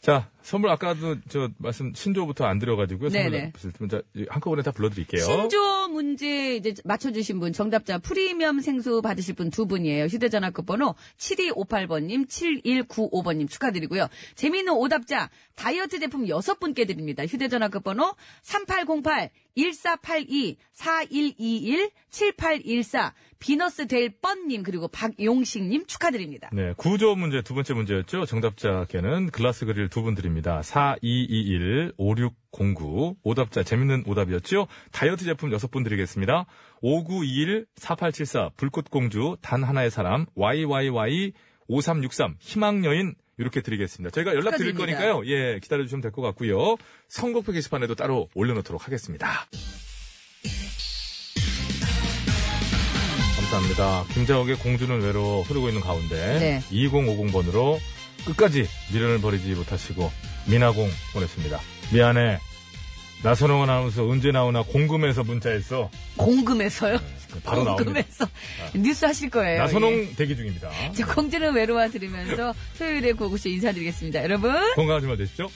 A: 자, 선물 아까도 저 말씀 신조부터 안 들어가지고요.
B: 네네.
A: 선물 보실 분, 자, 한꺼번에 다 불러드릴게요.
B: 신조 문제 이제 맞춰주신 분, 정답자 프리미엄 생수 받으실 분 두 분이에요. 휴대전화 끝번호 7258번님, 7195번님 축하드리고요. 재미있는 오답자 다이어트 제품 여섯 분께 드립니다. 휴대전화 끝번호 3808 1482 4121 7814 비너스 델 뻔님 그리고 박용식님 축하드립니다.
A: 네, 구조 문제 두 번째 문제였죠. 정답자께는 글라스 그릴 두 분 드립니다. 4221 5609 오답자 재밌는 오답이었죠. 다이어트 제품 여섯 분 드리겠습니다. 5921 4874 불꽃공주 단 하나의 사람 YYY 5363 희망여인 이렇게 드리겠습니다. 저희가 연락 드릴
B: 축하드립니다.
A: 거니까요. 예, 기다려 주시면 될 것 같고요. 선곡표 게시판에도 따로 올려놓도록 하겠습니다. 감사합니다. 김자옥의 공주는 외로 흐르고 있는
B: 네.
A: 가운데 2050번으로 끝까지 미련을 버리지 못하시고 미나공 보냈습니다. 미안해. 나선홍 아나운서 언제 나오나 궁금해서 문자했어.
B: 공금에서요?
A: 바로 나옵니다.
B: 공금에서 뉴스 하실 거예요. 예.
A: 나선홍 대기 중입니다.
B: 저 공주는 외로워 드리면서 토요일에 고고쇼 인사드리겠습니다. 여러분.
A: 건강한 주말 되십시오.